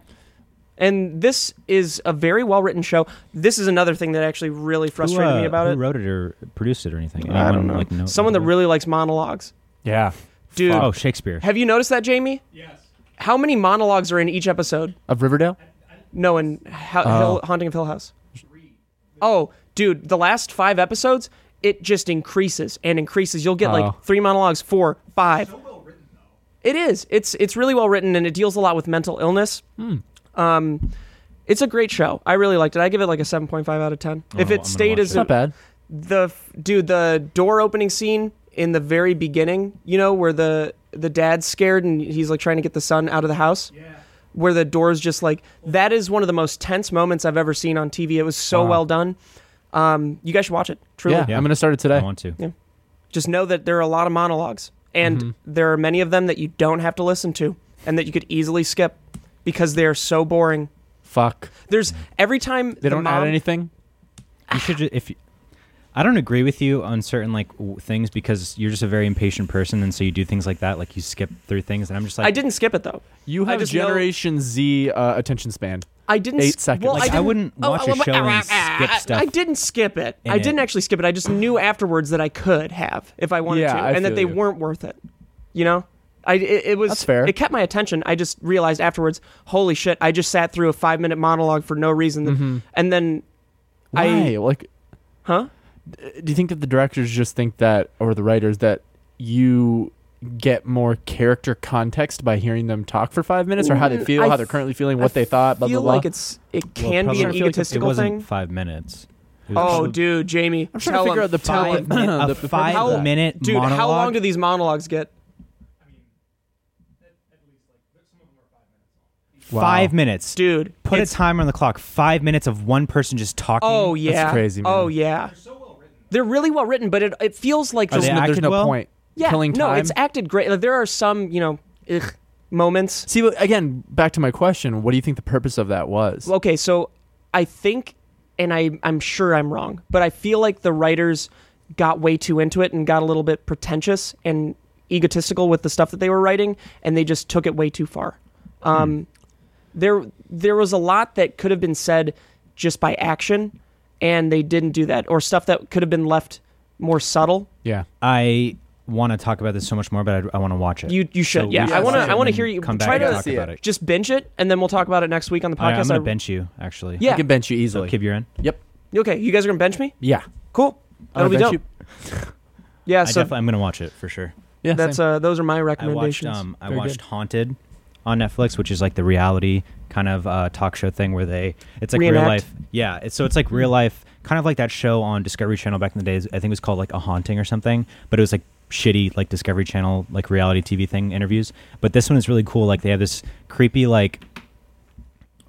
S1: And this is a very well written show. This is another thing that actually really frustrated
S2: who, uh,
S1: me about
S2: who
S1: it.
S2: wrote it or produced it or anything
S3: I don't know.
S2: like,
S1: Someone that really likes monologues.
S3: yeah,
S1: Dude,
S2: oh shakespeare
S1: have you noticed that, Jamie?
S4: Yes.
S1: How many monologues are in each episode?
S3: of Riverdale.
S1: No, in ha- Hill, Haunting of Hill House. Oh, dude, the last five episodes, it just increases and increases. You'll get
S3: Oh.
S1: like three monologues, four, five. It is. It's it's really well written and it deals a lot with mental illness. Um, it's a great show. I really liked it. I give it like a seven point five out of ten. if
S2: I'm
S1: it
S2: gonna
S1: stayed
S2: watch
S1: as
S3: It's not bad.
S1: the f- dude the door opening scene in the very beginning you know where the the dad's scared and he's like trying to get the son out of the house yeah. where the door's just like that is one of the most tense moments i've ever seen on tv it was so
S3: Wow.
S1: well done um you guys should watch it truly
S3: Yeah,
S2: Yeah.
S3: I'm gonna start it
S2: i
S3: today.
S2: want to
S1: just know that there are a lot of monologues and
S3: Mm-hmm.
S1: there are many of them that you don't have to listen to and that you could easily skip because they are so boring
S3: Fuck.
S1: there's every time
S3: They
S1: the
S3: don't
S1: mom-
S3: add anything.
S2: you should ju- if you, I don't agree with you on certain like w- things because you're just a very impatient person, and so you do things like that, like you skip through things, and I'm just like
S1: i didn't skip it though
S3: You
S1: I
S3: have
S1: just know-
S3: Generation Z uh, attention span.
S1: I didn't.
S3: Eight
S1: s-
S3: seconds.
S1: Well,
S3: Like,
S1: I,
S2: I
S1: didn't-
S2: wouldn't watch a
S1: I-
S2: show and skip
S1: I-
S2: stuff
S1: I didn't skip it.
S2: in
S1: I didn't
S2: it.
S1: actually skip it. I just knew afterwards that I could have if I wanted
S3: Yeah,
S1: to,
S3: I
S1: and that
S3: feel
S1: they
S3: you.
S1: weren't worth it. You know, I it, it was
S3: That's fair.
S1: It kept my attention. I just realized afterwards, holy shit! I just sat through a five minute monologue for no reason,
S2: Mm-hmm.
S1: and then
S3: Why?
S1: I
S3: like,
S1: huh?
S3: do you think that the directors just think that, or the writers, that you get more character context by hearing them talk for five minutes, or how they
S1: Mm,
S3: feel,
S1: I
S3: how they're
S1: f-
S3: currently feeling, what
S1: I
S3: they thought, blah
S1: feel
S3: blah blah?
S1: like it's it
S2: Well,
S1: can be
S2: probably-
S1: an
S2: I feel like
S1: egotistical
S2: it wasn't
S1: thing.
S2: Five minutes. It was
S1: Oh,
S2: probably
S1: dude, Jamie,
S3: I'm trying to figure out the
S1: five,
S3: palette.
S2: a minute-
S3: The-
S2: a
S3: the-
S2: five
S1: how-
S2: minute
S1: Dude,
S2: monologue.
S1: how long do these monologues get?
S3: Wow.
S2: Five minutes.
S1: dude.
S2: Put a
S1: it's-
S2: timer on the clock. Five minutes of one person just talking.
S1: Oh yeah,
S3: crazy, man.
S1: Oh yeah, they're really well written, but it it feels like
S2: Are
S1: there's
S2: they
S3: There's no-
S1: no,
S2: acting
S3: there's no
S2: well?
S3: point.
S1: yeah,
S3: Killing
S1: no,
S3: time.
S1: it's acted great. Like, there are some you know ugh, moments
S3: See, but again, back to my question, what do you think the purpose of that was?
S1: okay so i think and I, i'm sure i'm wrong but i feel like the writers got way too into it and got a little bit pretentious and egotistical with the stuff that they were writing and they just took it way too far um, there there was a lot that could have been said just by action and they didn't do that or stuff that could have been left more subtle
S3: yeah.
S2: I want to talk about this so much more, but I, I want to watch it.
S1: you you should yeah
S2: we
S1: i want to
S2: should
S1: i want to hear you
S2: come
S1: try
S2: back and
S1: to
S2: talk
S3: see
S2: about
S3: it.
S2: it.
S1: just bench it and then we'll talk about it next week on the
S2: All right, I'm
S1: podcast
S2: gonna
S1: I-
S2: bench you actually.
S1: Yeah.
S3: I can bench you
S2: So,
S3: easily.
S2: Kib, you're in.
S3: Yep.
S1: okay you guys are gonna bench me
S3: Yeah.
S1: cool
S3: I'm
S1: that'll
S3: gonna
S1: be
S3: bench
S1: dope yeah
S2: I
S1: so
S2: definitely, I'm gonna watch it for sure.
S3: Yeah.
S1: that's
S3: same.
S1: uh those are my
S2: I watched
S1: recommendations
S2: um I
S3: Very
S2: watched
S3: good.
S2: Haunted on Netflix, which is like the reality kind of uh, talk show thing where they it's like real
S1: Reenact.
S2: life. Yeah, it's, so it's like real life, kind of like that show on Discovery Channel back in the days. I think it was called like a haunting or something, but it was like shitty like Discovery Channel like reality TV thing interviews. But this one is really cool. Like they have this creepy like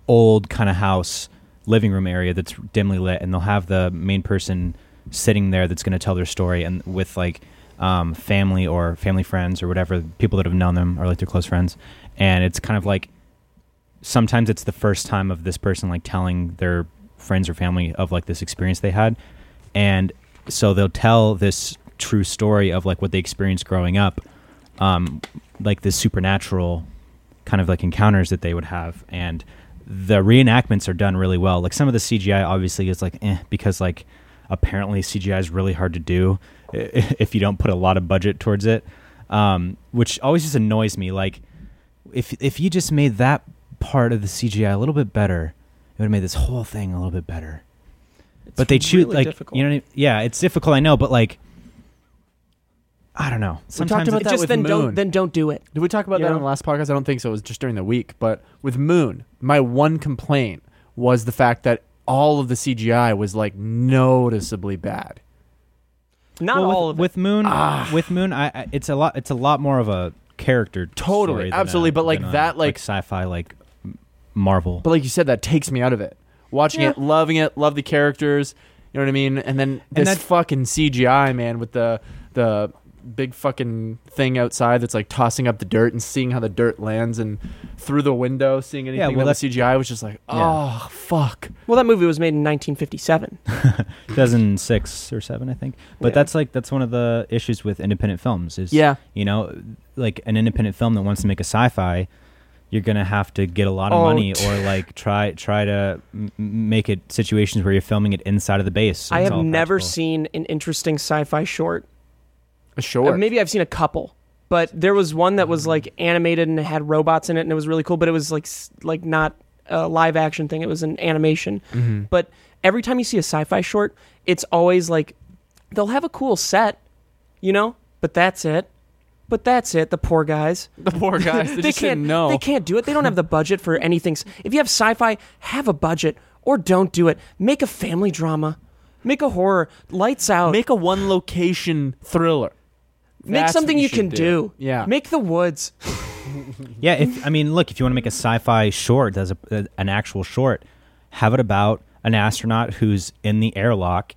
S2: old kind of house living room area that's dimly lit and they'll have the main person sitting there that's going to tell their story and with like um, family or family friends or whatever people that have known them or like their close friends and it's kind of like sometimes it's the first time of this person like telling their friends or family of like this experience they had and so they'll tell this true story of like what they experienced growing up um like this supernatural kind of like encounters that they would have and the reenactments are done really well like some of the cgi obviously is like eh, because like apparently cgi is really hard to do i- if you don't put a lot of budget towards it um which always just annoys me like if if you just made that part of the cgi a little bit better it would have made this whole thing a little bit better
S1: It's
S2: but they choose
S1: really
S2: like
S1: difficult.
S2: you know what I mean? yeah it's difficult i know but like i don't know sometimes
S3: about
S2: it-
S3: that
S1: just
S3: with
S1: then
S3: Moon.
S1: don't then don't do it.
S3: Did we talk about
S1: uh, You
S3: that
S1: know?
S3: on the last podcast? I don't think so. It was just during the week. But with Moon, my one complaint was the fact that all of the CGI was like noticeably bad.
S1: Not
S2: Well, with,
S1: all of it.
S2: with moon
S3: Ah.
S2: with moon I, I it's a lot it's a lot more of a character
S3: Totally,
S2: story than
S3: absolutely,
S2: a-
S3: but, like,
S2: than a,
S3: that, like-
S2: sci-fi like m- marvel
S3: But like you said, that takes me out of it. Watching
S1: Yeah.
S3: it, loving it, love the characters. You know what I mean? And then
S2: And
S3: this
S2: that-
S3: fucking CGI man with the the big fucking thing outside that's like tossing up the dirt and seeing how the dirt lands and through the window seeing anything
S2: Yeah, well,
S3: that was
S2: that's-
S3: CGI was just like
S2: Yeah.
S3: oh fuck.
S1: well, that movie was made in 1957.
S2: 2006 or 7 i think but
S1: Yeah.
S2: that's like that's one of the issues with independent films is
S3: Yeah.
S2: you know like an independent film that wants to make a sci-fi you're gonna have to get a lot of
S1: Oh,
S2: money or like try try to m- m- make it situations where you're filming it inside of the base so
S1: I
S2: it's
S1: have
S2: all
S1: never
S2: practical.
S1: seen an interesting sci-fi short.
S3: Sure.
S1: Uh, maybe I've seen a couple, but there was one that was
S2: Mm.
S1: like animated and it had robots in it, and it was really cool. But it was like s- like not a live action thing; it was an animation.
S2: Mm-hmm.
S1: But every time you see a sci-fi short, it's always like they'll have a cool set, you know, but that's it. But that's it. The poor guys.
S3: the poor guys they, just
S1: can't
S3: didn't know.
S1: They can't do it. They don't have the budget for anything. If you have sci-fi, have a budget or don't do it. Make a family drama. Make a horror. Lights out. Make,
S3: Make a one location thriller. That's
S1: something
S3: what
S1: you,
S3: should
S1: can do.
S3: Yeah.
S1: Make the woods.
S2: Yeah, if I mean, look, if you want to make a sci-fi short that's a, uh, an actual short, have it about an astronaut who's in the airlock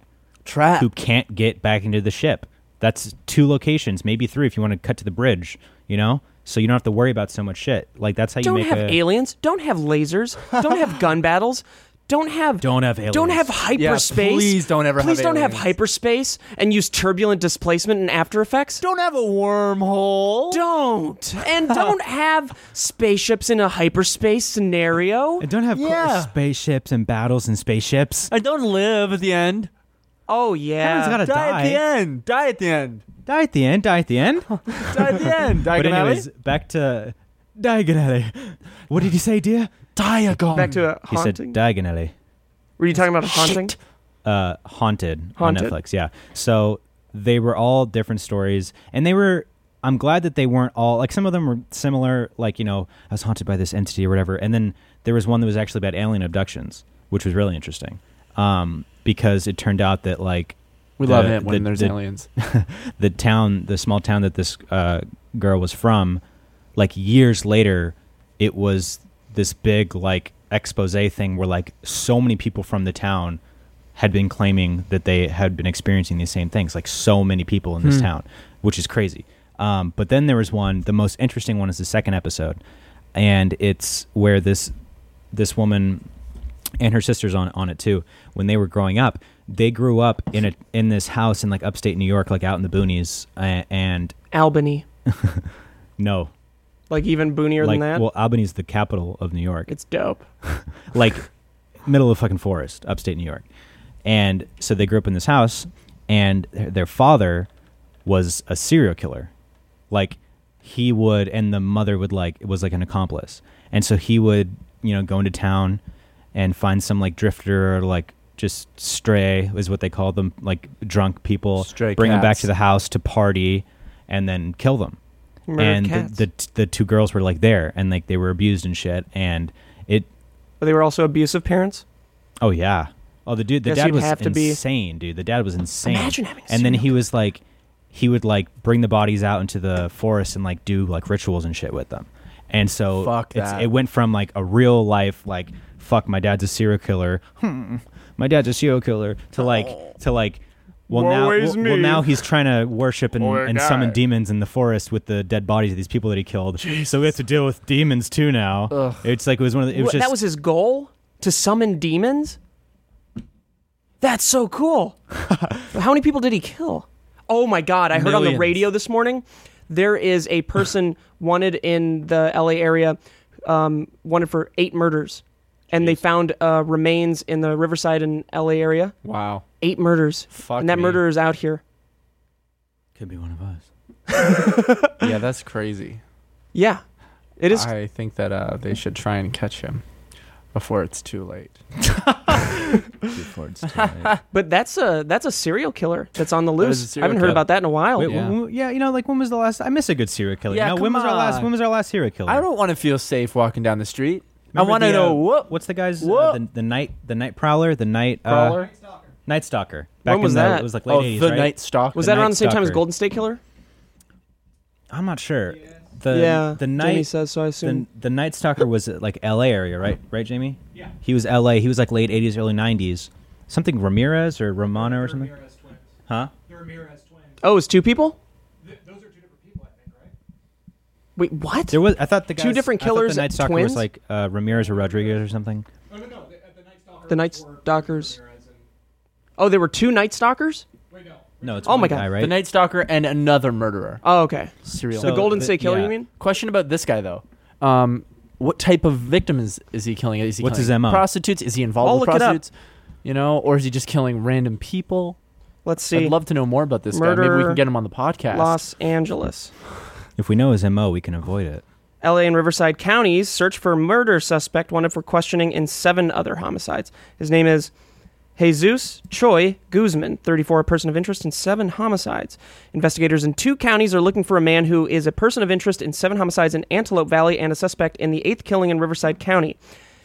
S3: trap.
S2: who can't get back into the ship. That's two locations, maybe three if you want to cut to the bridge, you know? So you don't have to worry about so much shit. Like that's how you
S1: Don't
S2: make
S1: have
S2: a
S1: aliens. Don't have lasers. Don't have gun battles. Don't have
S2: Don't have
S1: Don't
S2: aliens.
S1: have hyperspace.
S3: please don't ever have
S1: Please don't have
S3: aliens.
S1: hyperspace and use turbulent displacement in After Effects.
S3: don't have a wormhole.
S1: Don't and don't have spaceships in a hyperspace scenario.
S2: And Uh, don't have cool
S3: Yeah.
S2: spaceships and battles and spaceships.
S3: I don't live at the end.
S1: Oh Uh, yeah,
S2: Everyone's gotta
S3: die, at the
S2: die.
S3: end. Die at the end.
S2: Die at the end, die at the end.
S3: Die at the end.
S2: but
S3: Diagon Alley?
S2: anyways, back to Diagon Alley. What did you say, dear?
S3: Diagon.
S1: back to a
S2: He said
S1: haunting.
S2: Diagon Alley.
S1: Were you talking about a haunting?
S3: Shit.
S2: uh, Haunted,
S1: Haunted.
S2: on Netflix. Yeah. So they were all different stories, and they were. I'm glad that they weren't all like some of them were similar. Like you know, I was haunted by this entity or whatever, and then there was one that was actually about alien abductions, which was really interesting um, because it turned out that like
S3: We
S2: the-
S3: love it when
S2: the-
S3: there's
S2: the-
S3: aliens.
S2: the town, the small town that this uh, girl was from, like years later, it was this big like expose thing where like so many people from the town had been claiming that they had been experiencing these same things, like so many people in this
S3: Hmm.
S2: town, which is crazy. Um, but then there was one. The most interesting one is the second episode, and it's where this this woman and her sisters on on it too. When they were growing up, they grew up in a in this house in like upstate New York, like out in the boonies, and, and
S1: Albany.
S2: no,
S1: Like even boonier
S2: like
S1: than that.
S2: well, Albany's the capital of New York.
S1: it's dope.
S2: like middle of fucking forest, upstate New York. And so they grew up in this house, and their their father was a serial killer. Like he would, and the mother would like was like an accomplice, and so he would you know go into town and find some like drifter or like just stray is what they call them, like drunk people,
S3: Stray
S2: bring them back
S3: cats.
S2: to the house to party, and then kill them
S1: Murder
S2: and
S1: cats.
S2: The, the the two girls were like there and like they were abused and shit and it
S1: but they were also abusive parents.
S2: oh yeah oh the dude the
S1: Guess
S2: dad
S1: you'd
S2: was
S1: have to be-
S2: insane dude the dad was insane
S1: Imagine having a
S2: and then
S1: serial
S2: he was like he would like bring the bodies out into the forest and like do like rituals and shit with them and so
S3: Fuck
S2: it's-
S3: that.
S2: it went from like a real life like fuck my dad's a serial killer hmm, my dad's a serial killer to like
S1: Oh.
S2: to like well
S3: Woe
S2: now,
S3: is
S2: well, well,
S3: me.
S2: now he's trying to worship and,
S3: Poor
S2: and summon
S3: guy.
S2: demons in the forest with the dead bodies of these people that he killed. So we have to deal with demons too now.
S3: Ugh.
S2: It's like it was one of the, it was
S1: What,
S2: just
S1: that was his goal to summon demons. That's so cool. How many people did he kill? Oh my god! I heard on the
S2: Millions.
S1: radio this morning there is a person wanted in the L.A. area, um, wanted for eight murders, and they found uh, remains in the Riverside and L.A. area.
S3: Wow.
S1: Eight murders,
S3: Fuck
S1: and that
S3: me.
S1: murderer's out here.
S2: could be one of us.
S3: Yeah, that's crazy.
S1: Yeah, it is.
S3: I think that uh, they should try and catch him before it's too late.
S2: Before it's too late.
S1: But that's a that's a serial killer that's on the
S3: is a
S1: loose. I
S3: serial
S1: haven't heard
S3: killer.
S1: about that in a while.
S2: Wait,
S3: Yeah.
S2: yeah. yeah, you know, like when was the last? I miss a good serial killer.
S3: Yeah,
S2: you know, when
S3: come
S2: was our last?
S3: on.
S2: When was our last serial killer?
S3: I don't want to feel safe walking down the street. I
S2: Remember
S3: want to
S2: the,
S3: know
S2: uh,
S3: what
S2: What's the guy's
S3: Whoa.
S2: uh, the, the night the night prowler the night uh,
S3: crawler.
S2: night stalker.
S1: When was
S2: in the,
S1: that?
S2: It was like late
S3: oh,
S2: 80s,
S3: the
S2: right?
S3: night stalker.
S1: was
S2: The
S1: that around
S2: Night
S1: the same time as
S2: Stalker.
S1: Golden State Killer?
S2: I'm not sure. The
S1: yeah,
S2: the
S1: Jamie
S2: night
S1: says so. I assume.
S2: the, the Night Stalker was uh, like L.A. area, right? Right, Jamie? Yeah. He was L.A. He was like late '80s, early '90s. Something Ramirez or Romano or something,
S4: Ramirez twins.
S2: huh?
S4: The Ramirez twins.
S1: Oh, it's two people?
S4: Th- those are two different people, I think, right?
S1: Wait, what?
S2: There was. I thought the
S1: Two
S2: guys,
S1: different
S2: I thought
S1: killers,
S2: The Night Stalker
S1: twins?
S2: was like uh, Ramirez or Rodriguez or something.
S4: Oh, no, no. The, uh, the Night Stalkers.
S1: The Night
S4: were
S1: Stalkers.
S4: Ramirez and-
S1: oh, there were two Night Stalkers?
S4: Wait, no.
S2: No, it's
S1: Oh
S2: one
S1: my God.
S2: guy, right?
S3: The night stalker and another murderer.
S1: Oh, okay.
S3: Serial.
S1: The
S2: So-
S1: Golden
S2: the-
S1: State Killer,
S2: yeah.
S1: you mean?
S3: Question about this guy though. Um, what type of victim is, is he killing? Is he
S2: What's
S3: killing
S2: his MO?
S3: Prostitutes? Is he involved
S1: I'll
S3: with
S1: look it up.
S3: prostitutes? You know, or is he just killing random people?
S1: Let's see.
S3: I'd love to know more about this guy. Maybe we
S1: Murderer,
S3: can get him on the podcast.
S1: Los Angeles.
S2: If we know his M.O., we can avoid it.
S1: LA and Riverside counties search for murder suspect wanted for questioning in seven other homicides. His name is Jesus Choi Guzman, 34, a person of interest in seven homicides. Investigators in two counties are looking for a man who is a person of interest in seven homicides in Antelope Valley and a suspect in the eighth killing in Riverside County.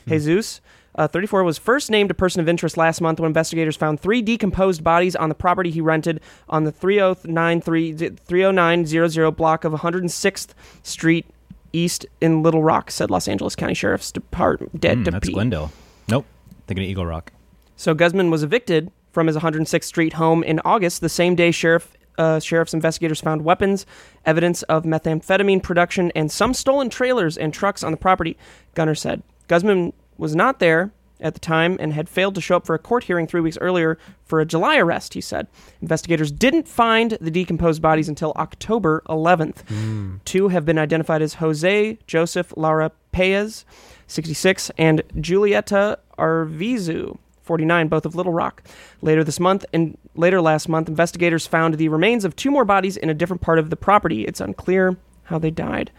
S1: Jesus, uh, 34, was first named a person of interest last month when investigators found three decomposed bodies on the property he rented on the 3093 30900 block of 106th Street East in Little Rock, said Los Angeles County Sheriff's Department.
S2: Hmm, that's Glendale. Nope, thinking of Eagle Rock.
S1: So Guzman was evicted from his 106th Street home in August, the same day sheriff uh, sheriff's investigators found weapons, evidence of methamphetamine production, and some stolen trailers and trucks on the property. Gunner said Guzman was not there at the time and had failed to show up for a court hearing three weeks earlier for a July arrest. He said investigators didn't find the decomposed bodies until October 11th. Two have been identified as Jose Joseph Lara Pez, 66, and Julieta Arvizu, 49, both of Little Rock. Later this month and later last month, investigators found the remains of two more bodies in a different part of the property. It's unclear how they died.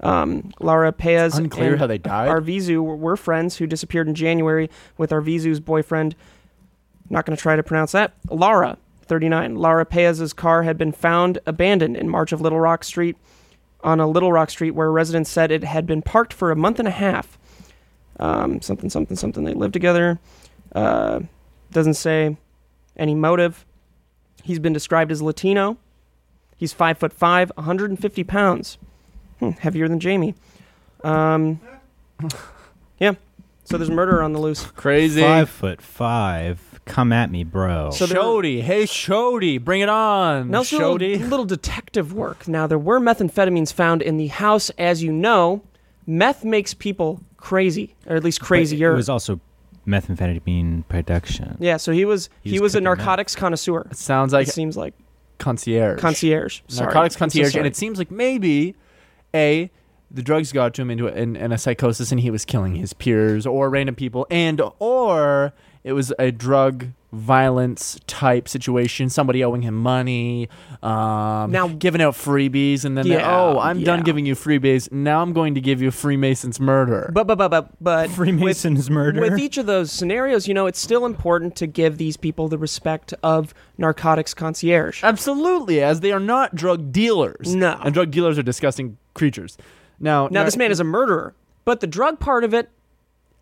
S1: Um, Lara Pez
S3: Unclear
S1: and
S3: how they died?
S1: Arvizu were, were friends who disappeared in January with Arvizu's boyfriend. Not going to try to pronounce that. Lara, 39. Lara Pez's car had been found abandoned in March of Little Rock Street on a Little Rock Street where residents said it had been parked for a month and a half. Um, something, something, something. They lived together. Uh, doesn't say any motive. He's been described as Latino. He's five foot five, 150 pounds, hmm, heavier than Jamie. Um, Yeah. So there's murder on the loose.
S3: Crazy.
S2: Five foot five. Come at me, bro.
S1: So- there-
S3: Shody. Hey, Shody. Bring it on.
S1: Now, also a
S3: Shody.
S1: little, little detective work. Now, there were methamphetamines found in the house, as you know. Meth makes people crazy, or at least crazier.
S2: It was also methamphetamine production.
S1: yeah, so he was he,
S2: was
S1: was a
S2: cooking meth.
S1: narcotics connoisseur.
S3: Sounds like
S1: it seems like
S3: concierge.
S1: concierge, sorry.
S3: narcotics
S1: I'm so
S3: concierge,
S1: sorry.
S3: and it seems like maybe a the drugs got to him into an, an, a psychosis, and he was killing his peers or random people, and or it was a drug violence type situation. Somebody owing him money, um,
S1: Now-
S3: giving out freebies, and then they-
S1: Yeah,
S3: oh, I'm done
S1: yeah.
S3: giving you freebies. Now I'm going to give you Freemason's murder.
S1: but but but but but with-
S2: Freemason's murder.
S1: With each of those scenarios, you know, it's still important to give these people the respect of narcotics concierge.
S3: Absolutely, as they are not drug dealers.
S1: No.
S3: and drug dealers are disgusting creatures. Now,
S1: now,
S3: nar-
S1: this man is a murderer, but the drug part of it,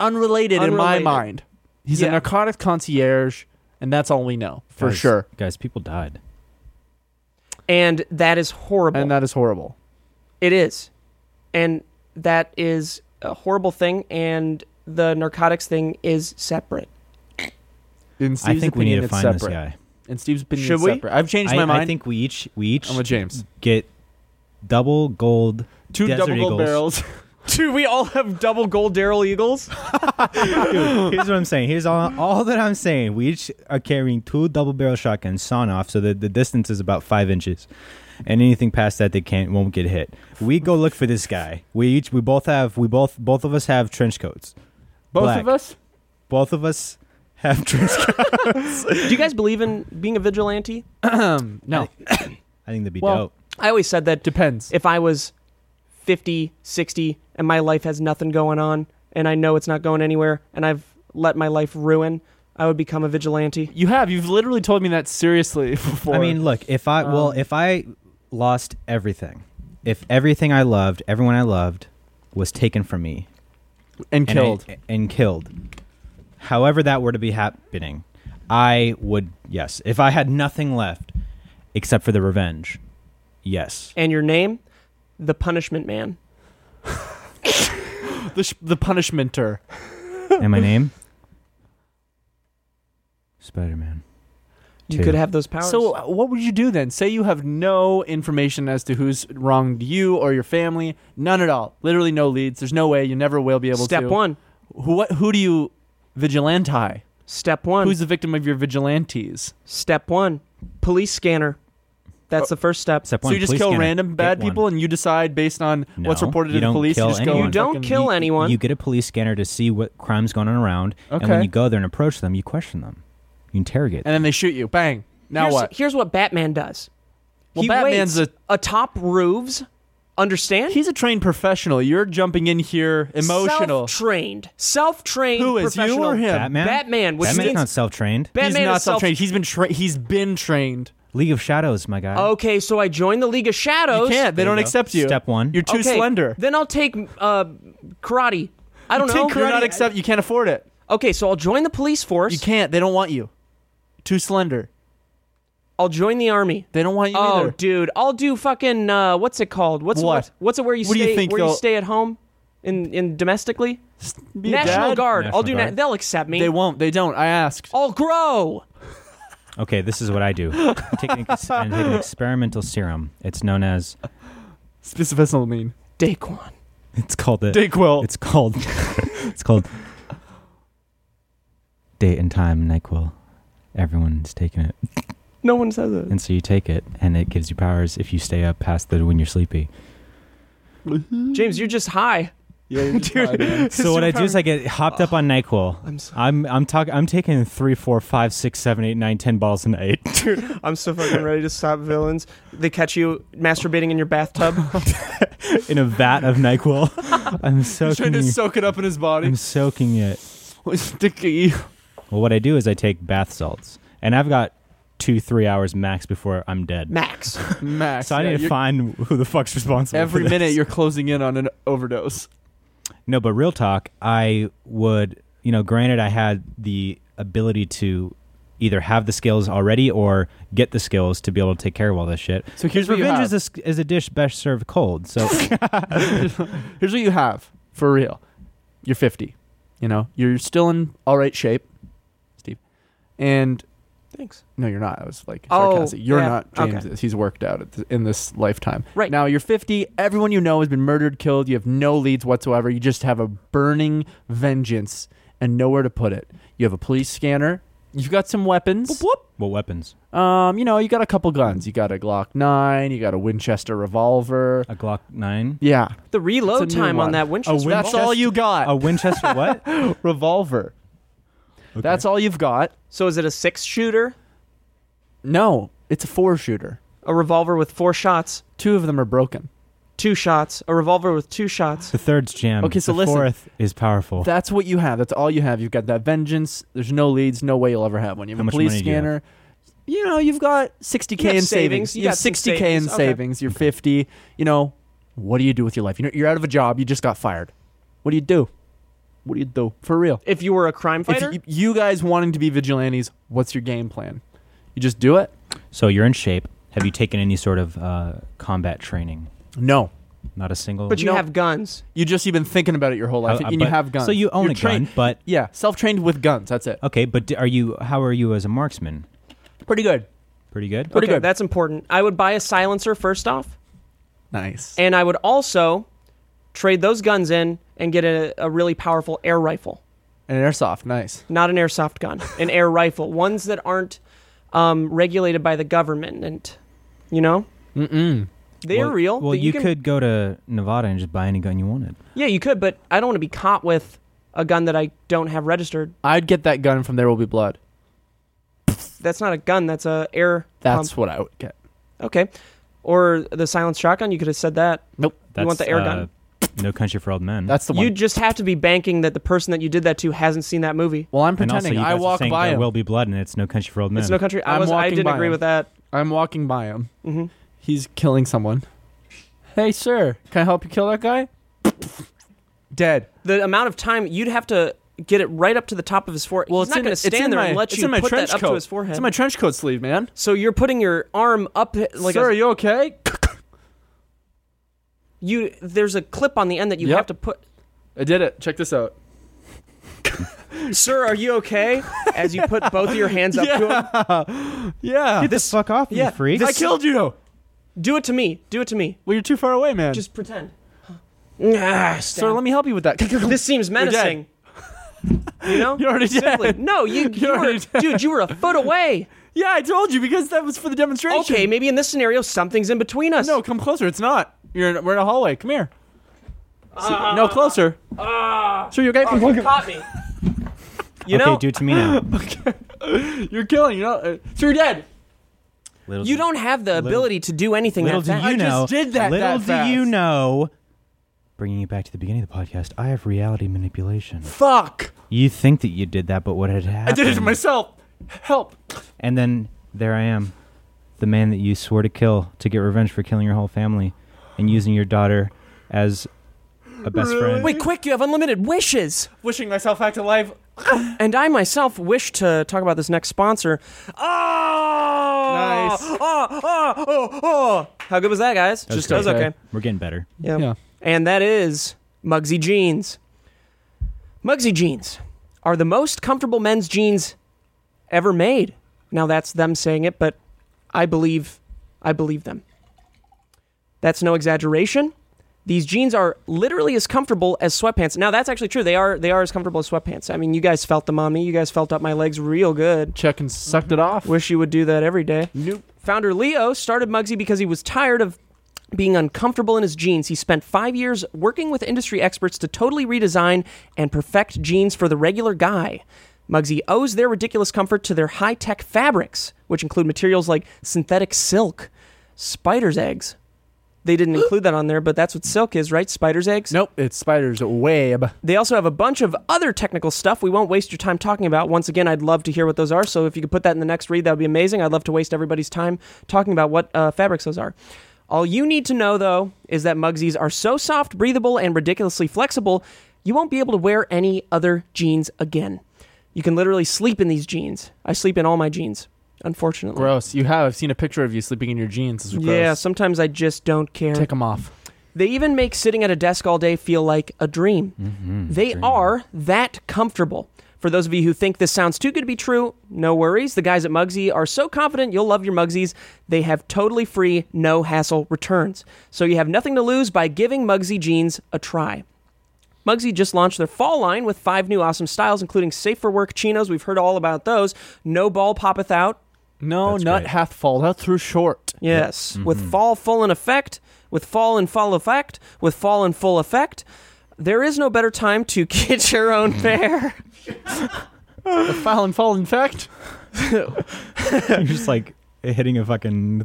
S3: unrelated, in my
S1: Unrelated.
S3: mind. He's a
S1: Yeah.
S3: narcotic concierge, and that's all we know for
S2: Guys-
S3: sure.
S2: Guys, people died.
S1: and that is horrible.
S3: And that is horrible.
S1: It is. And that is a horrible thing and the narcotics thing is separate.
S3: In
S2: I think we need to find
S3: separate.
S2: this guy.
S3: In Steve's opinion,
S1: Should
S3: it's
S1: we?
S3: separate. I've changed
S2: I,
S3: my
S2: I
S3: mind.
S2: think we each we each
S3: I'm with James.
S2: get double gold
S3: Two
S2: Desert
S3: double gold
S2: Eagles.
S3: barrels.
S1: Do we all have double gold Daryl Eagles?
S2: Dude, here's what I'm saying. Here's all, all that I'm saying. We each are carrying two double barrel shotguns sawn off, so that the distance is about five inches, and anything past that, they can't won't get hit. We go look for this guy. We each we both have we both both of us have trench coats.
S3: Both
S2: Black.
S3: of us.
S2: Both of us have trench coats.
S1: Do you guys believe in being a vigilante?
S3: Um, no,
S2: I think that'd be
S3: Well,
S2: dope.
S1: I always said that
S3: depends.
S1: if I was 50, 60 and my life has nothing going on and I know it's not going anywhere and I've let my life ruin, I would become a vigilante.
S3: you have. You've literally told me that seriously before.
S2: I mean, look, if I well,
S3: Um,
S2: if I lost everything, if everything I loved, everyone I loved was taken from me
S3: and
S2: and I-
S3: killed.
S2: and killed. However that were to be happening, I would yes, if I had nothing left except for the revenge. Yes.
S1: And your name, the punishment man.
S3: the, sh- the punishmenter.
S2: and my name? Spider-Man.
S1: You
S2: Dude.
S1: could have those powers.
S3: So, uh, what would you do then? Say you have no information as to who's wronged you or your family. None at all. Literally no leads. There's no way. You never will be able
S1: step
S3: to.
S1: one,
S3: Who, what, who do you vigilante?
S1: step 1.
S3: Who's the victim of your vigilantes?
S1: Step one, police scanner. That's the first step.
S2: Except
S3: so you just kill random bad people and you decide based on what's
S2: No,
S3: reported
S2: you
S3: to the
S2: don't
S3: police.
S2: kill
S3: you just go
S2: anyone.
S3: and
S1: You don't
S3: fucking-
S1: kill anyone.
S2: You get a police scanner to see what crime's going on around, and when
S3: Okay.
S2: you go there and approach them, you question them, you interrogate them.
S3: And then they shoot you. Bang. Now
S1: here's,
S3: what?
S1: Here's what Batman does.
S3: Well,
S1: he
S3: Batman's
S1: waits atop roofs. Understand?
S3: He's a trained professional. You're jumping in here emotional.
S1: Self-trained. Self-trained.
S3: Who is, you
S1: professional.
S3: or him?
S2: Batman.
S1: Batman, which
S2: Batman's
S1: means-
S2: not self-trained.
S1: Batman
S3: he's not
S1: is self-
S3: trained. He's been trained. He's been trained.
S2: League of Shadows, my guy.
S3: Oh.
S1: Okay, so I join the League of
S3: You
S1: Shadows.
S3: can't. They
S2: There you
S3: don't
S2: go.
S3: accept you.
S2: Step one.
S3: You're too
S1: okay,
S3: slender.
S1: Then I'll take uh, karate. I don't know.
S3: Take You're not accept. You can't afford it.
S1: okay, so I'll join the police force.
S3: You can't. They don't want you. Too slender.
S1: I'll join the army.
S3: They don't want you
S1: Oh,
S3: either.
S1: dude, I'll do fucking uh, what's it called? What's
S3: What?
S1: What's, what's it where you
S3: What do
S1: stay?
S3: you think
S1: where you
S3: they'll-
S1: stay at home, in in domestically?
S3: Be a
S1: National
S3: dad?
S1: Guard.
S2: National
S1: I'll do.
S2: Guard.
S1: Na- they'll accept me.
S3: They won't. They don't. I asked.
S1: I'll grow.
S2: Okay, this is what I do. I take an, ex- I take an experimental serum. It's known as.
S3: Specificilmine.
S1: Daquan.
S2: It's called the.
S3: Dayquil.
S2: It's called. it's called. Date and time Nyquil. Everyone's taking it,
S1: No one says it.
S2: and so you take it, and it gives you powers if you stay up past the when you're sleepy.
S1: James, you're just high.
S3: yeah, you're just high, man.
S2: So what I do is I get hopped up on Nyquil.
S1: I'm so,
S2: I'm I'm talking. I'm taking three, four, five, six, seven, eight, nine, ten bottles a night.
S1: I'm so fucking ready to stop villains. They catch you masturbating in your bathtub.
S2: in a vat of Nyquil. I'm
S3: He's trying
S2: soaking.
S3: to
S2: it.
S3: soak it up in his body.
S2: I'm soaking it.
S3: Sticky.
S2: Well, what I do is I take bath salts, and I've got two, three hours max before I'm dead.
S1: Max.
S3: Max.
S2: So I
S3: yeah,
S2: need to
S3: you're-
S2: find who the fuck's responsible.
S3: Every
S2: for this.
S3: minute you're closing in on an overdose.
S2: no, but real talk, I would. You know, granted, I had the ability to either have the skills already or get the skills to be able to take care of all this shit.
S3: So here's what you
S2: Revenge
S3: have.
S2: is a, sk- is a dish best served cold. So
S3: here's what you have for real. You're 50. You know, you're still in all right shape, Steve. And
S1: Thanks.
S3: no, you're not. I was like
S1: Oh,
S3: sarcastic. you're
S1: yeah.
S3: not. James
S1: Okay.
S3: is. He's worked out at th- in this lifetime.
S1: Right.
S3: now, you're 50. Everyone you know has been murdered, killed. You have no leads whatsoever. You just have a burning vengeance and nowhere to put it. You have a police scanner. You've got some weapons.
S2: What weapons?
S3: Um, you know, you got a couple guns. You got a Glock nine. You got a Winchester revolver.
S2: A Glock nine.
S3: Yeah,
S1: The reload
S3: It's a new
S1: time
S3: one.
S1: on that Winchester.
S2: A
S3: that's all you got.
S2: A Winchester what?
S3: revolver. That's all you've got.
S1: so is it a six shooter?
S3: No, it's a four shooter.
S1: A revolver with four shots,
S3: Two of them are broken.
S1: two shots. A revolver with two shots.
S2: The third's jam.
S3: Okay, so
S2: the
S3: listen.
S2: fourth is powerful.
S3: That's what you have. That's all you have. You've got that vengeance. There's no leads. No way you'll ever have one. You
S2: How
S3: have a
S2: much
S3: police
S2: money do you have?
S3: scanner. You, know, you've got 60k
S1: You have
S3: in savings.
S1: savings. You
S3: You have
S1: got some
S3: 60k in
S1: savings. Okay.
S3: savings. You're 50. You know, what do you do with your life? You know, you're out of a job. You just got fired. What do you do? What do you do for real?
S1: If you were a crime fighter,
S3: If you, you guys wanting to be vigilantes, what's your game plan? You just do it?
S2: so you're in shape. Have you taken any sort of uh, combat training?
S3: No.
S2: Not a single.
S1: but you
S3: No.
S1: have guns.
S3: You just you've been thinking about it your whole life,
S2: Uh, uh,
S3: and you
S2: but-
S3: have guns.
S2: So you own
S3: You're
S2: a
S3: trained-
S2: gun, but
S3: Yeah, self-trained with guns. That's it.
S2: okay. But d- are you? How are you as a marksman?
S3: Pretty good.
S2: Pretty good.
S3: Pretty
S1: okay,
S3: good.
S1: That's important. I would buy a silencer first off,
S3: Nice.
S1: and I would also trade those guns in and get a, a really powerful air rifle.
S3: And airsoft. Nice.
S1: Not an airsoft gun, an air rifle. Ones that aren't um, regulated by the government, and you know,
S3: Mm-mm.
S1: they're
S2: Well-
S1: real.
S2: Well,
S1: that
S2: you
S1: can-
S2: could go to Nevada and just buy any gun you wanted.
S1: Yeah, you could, but I don't want to be caught with a gun that I don't have registered.
S3: I'd get that gun from There Will Be Blood.
S1: That's not a gun. That's a air.
S3: That's
S1: pump.
S3: what I would get.
S1: Mm. okay. Or the silenced shotgun. You could have said that.
S3: Nope.
S2: That's,
S1: want the air
S2: uh,
S1: gun?
S2: No Country for Old Men.
S3: That's the one.
S1: You just have to be banking that the person that you did that to hasn't seen that movie.
S3: well, I'm
S2: and also,
S3: pretending
S2: you
S3: I
S2: guys are
S3: walk
S2: saying
S3: by
S2: there
S3: him.
S2: will be blood, and it's No Country for Old Men.
S1: It's no country. I
S3: I'm
S1: was. I
S3: walking
S1: didn't
S3: by
S1: agree
S3: him.
S1: with that.
S3: I'm walking by him.
S1: hmm
S3: He's killing someone. Hey, sir, can I help you kill that guy? Dead.
S1: The amount of time you'd have to get it right up to the top of his forehead.
S3: Well,
S1: He's
S3: it's
S1: not
S3: in-
S1: going to
S3: it's
S1: stand
S3: in
S1: there
S3: my,
S1: and let
S3: it's
S1: you
S3: in my
S1: put
S3: trench
S1: that up
S3: coat.
S1: to his forehead.
S3: It's in my trench coat sleeve, man.
S1: so you're putting your arm up like
S3: sir,
S1: a,
S3: are you okay?
S1: you. There's a clip on the end that you
S3: Yep.
S1: have to put.
S3: I did it. Check this out.
S1: Sir, are you okay? As you put both of your hands up to him.
S3: Yeah.
S2: Get the fuck off,
S1: yeah,
S2: you freak!
S3: I killed you. Well,
S1: Do it to me. Do it to me.
S3: you're too far away, man.
S1: Just pretend. Ah,
S3: sir, let me help you with that.
S1: This seems
S3: dead.
S1: menacing. You know?
S3: You're already dead.
S1: Simply- No, you, you
S3: You're
S1: were,
S3: already dead.
S1: dude, you were a foot away.
S3: Yeah, I told you because that was for the demonstration.
S1: Okay, maybe in this scenario, something's in between us.
S3: No, Oh, come closer. It's not. You're in, we're in a hallway. Come here. See-
S1: Ah.
S3: no closer. sir, you okay?
S1: you caught me. You
S2: okay,
S1: know,
S2: do it to me now.
S3: You're killing. You're not. Uh, sir, you're dead.
S2: Little
S1: you
S2: do-
S1: don't have the ability to do anything
S2: Little
S1: that
S2: do you
S1: fast.
S3: I
S2: know.
S3: just did that
S2: Little
S3: that
S2: do
S3: fast.
S2: you know. Bringing it back to the beginning of the podcast, I have reality manipulation.
S3: Fuck.
S2: You think that you did that, but what had
S3: I
S2: happened?
S3: did it to myself. Help.
S2: And then there I am, the man that you swore to kill to get revenge for killing your whole family and using your daughter as a best friend.
S1: Wait, quick, you have unlimited wishes.
S3: Wishing myself back to life.
S1: And I myself wish to talk about this next sponsor. Oh!
S3: Nice.
S1: Oh, oh, oh, oh. How good was that, guys?
S2: That
S1: Just
S2: great.
S1: that was okay.
S2: We're getting better.
S1: Yeah. And that is Mugsy Jeans. Mugsy Jeans are the most comfortable men's jeans ever made. Now that's them saying it, but I believe I believe them. That's no exaggeration. These jeans are literally as comfortable as sweatpants. Now that's actually true. They are they are as comfortable as sweatpants. I mean, you guys felt them on me. You guys felt up my legs real good.
S3: Check and sucked it off.
S1: Wish you would do that every day.
S3: Nope.
S1: Founder Leo started Mugsy because he was tired of being uncomfortable in his jeans. He spent five years working with industry experts to totally redesign and perfect jeans for the regular guy. Mugsy owes their ridiculous comfort to their high tech fabrics, which include materials like synthetic silk, spider's eggs. They didn't include that on there, but that's what silk is, right? Spider's eggs?
S3: Nope. It's spider's web.
S1: They also have a bunch of other technical stuff we won't waste your time talking about. Once again, I'd love to hear what those are. So if you could put that in the next read, that would be amazing. I'd love to waste everybody's time talking about what uh, fabrics those are. All you need to know, though, is that Mugsies are so soft, breathable, and ridiculously flexible, you won't be able to wear any other jeans again. You can literally sleep in these jeans. I sleep in all my jeans, unfortunately.
S3: Gross. You have. I've seen a picture of you sleeping in your jeans. It's gross.
S1: Yeah, sometimes I just don't care.
S3: Take them off.
S1: They even make sitting at a desk all day feel like Mm-hmm, a dream. They are that comfortable. For those of you who think this sounds too good to be true, no worries. The guys at Mugsy are so confident you'll love your Mugsies. They have totally free, no hassle returns. So you have nothing to lose by giving Mugsy jeans a try. Mugsy just launched their fall line with five new awesome styles, including Safe for Work chinos. We've heard all about those. No ball poppeth out.
S3: No,
S2: That's
S3: nut
S2: great.
S3: hath falleth through short.
S1: Yes,
S2: Mm-hmm.
S1: with fall full in effect, with fall in full effect, with fall in full effect. There is no better time to get your own
S2: Mm-hmm.
S1: pair.
S3: The foul and fall, in fact.
S2: You're just like hitting a fucking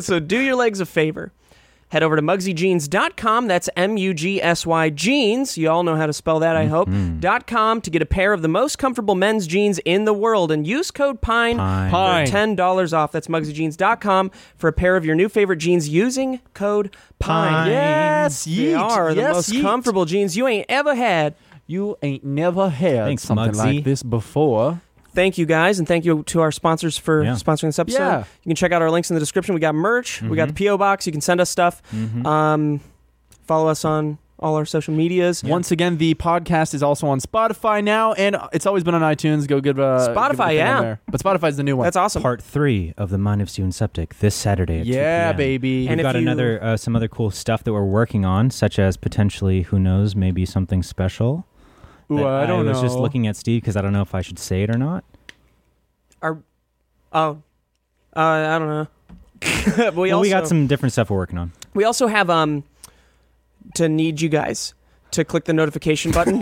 S1: so do your legs a favor. Head over to mugsyjeans.com. That's M U G S Y jeans. You all know how to spell that, I
S2: Mm-hmm.
S1: hope. Dot .com to get a pair of the most comfortable men's jeans in the world and use code PINE,
S2: Pine.
S3: Pine.
S1: for $10 off. That's mugsyjeans.com for a pair of your new favorite jeans using code PINE.
S2: Pine.
S3: Yes,
S1: They
S3: yeet.
S1: are the
S3: Yes,
S1: most
S3: yeet.
S1: comfortable jeans you ain't ever had.
S3: You ain't never had
S2: Thanks,
S3: something
S2: Muggsy.
S3: like this before.
S1: Thank you guys, and thank you to our sponsors for
S2: Yeah.
S1: sponsoring this episode.
S3: Yeah.
S1: You can check out our links in the description. We got merch, we got the
S2: Mm-hmm.
S1: PO box. You can send us stuff. Um, follow us on all our social medias.
S3: Once again, the podcast is also on Spotify now, and it's always been on iTunes. Go give uh, give it a
S1: Spotify,
S3: thing on
S1: yeah.
S3: there. but Spotify's the new one.
S1: That's awesome.
S2: Part three of the Mind of Sue and Septic this Saturday. At 2
S3: yeah,
S2: p.m.
S3: baby.
S2: We've
S1: And if
S2: got
S1: you-
S2: another uh, some other cool stuff that we're working on, such as potentially, who knows, maybe something special.
S3: Ooh,
S2: that
S3: I don't
S2: was
S3: know.
S2: just looking at Steve because I don't know if I should say it or not.
S1: Our, oh, uh, I don't know. But we
S2: well,
S1: also
S2: we got some different stuff we're working on.
S1: we also have um to need you guys to click the notification button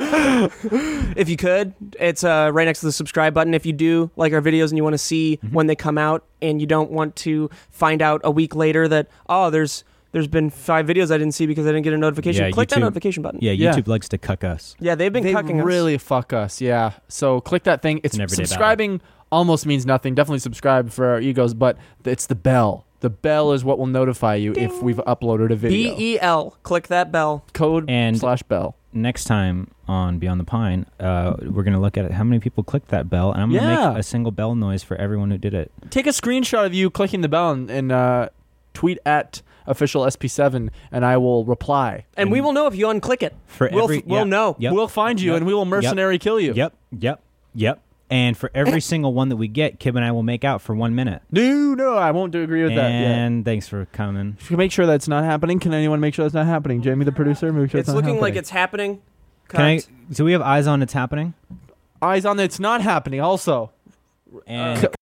S1: if you could it's uh, right next to the subscribe button if you do like our videos and you want to see
S2: Mm-hmm.
S1: when they come out and you don't want to find out a week later that oh there's there's been five videos i didn't see because i didn't get a notification
S2: Yeah,
S1: click that
S2: YouTube-
S1: notification button
S2: Yeah,
S3: Yeah.
S2: YouTube likes to cuck us.
S1: Yeah, they've been
S3: they
S1: cucking us
S3: really fuck us. Yeah. So click that thing. It's
S2: An everyday
S3: subscribing almost means nothing. Definitely subscribe for our egos, but it's the bell. The bell is what will notify you if we've uploaded a video.
S1: b-e-l E click that bell
S3: Code
S2: And-
S3: slash bell.
S2: Next time on Beyond the Pine, uh, we're gonna look at how many people clicked that bell, and I'm gonna
S3: Yeah.
S2: make a single bell noise for everyone who did it.
S3: Take a screenshot of you clicking the bell and, and uh, tweet at official SP7, and I will reply.
S1: and we will know if you unclick it
S2: For
S1: we'll,
S2: every,
S1: f- we'll
S2: yeah,
S1: know
S2: Yep.
S3: We'll find you
S2: Yep.
S3: and we will mercenary kill you.
S2: Yep, yep, yep. And for every single one that we get, Kib and I will make out for one minute.
S3: No, no, I won't do agree with that. Yeah.
S2: and thanks for coming.
S3: If you Make sure that's not happening. Can anyone make sure that's not happening? Jamie, the producer, make sure
S1: it's
S3: not
S1: looking like
S3: happening.
S1: it's happening
S2: Can I?
S1: Cut.
S2: Do we have eyes on? It's happening.
S1: uh,
S3: eyes on. It's not happening. Also,
S2: And
S3: C-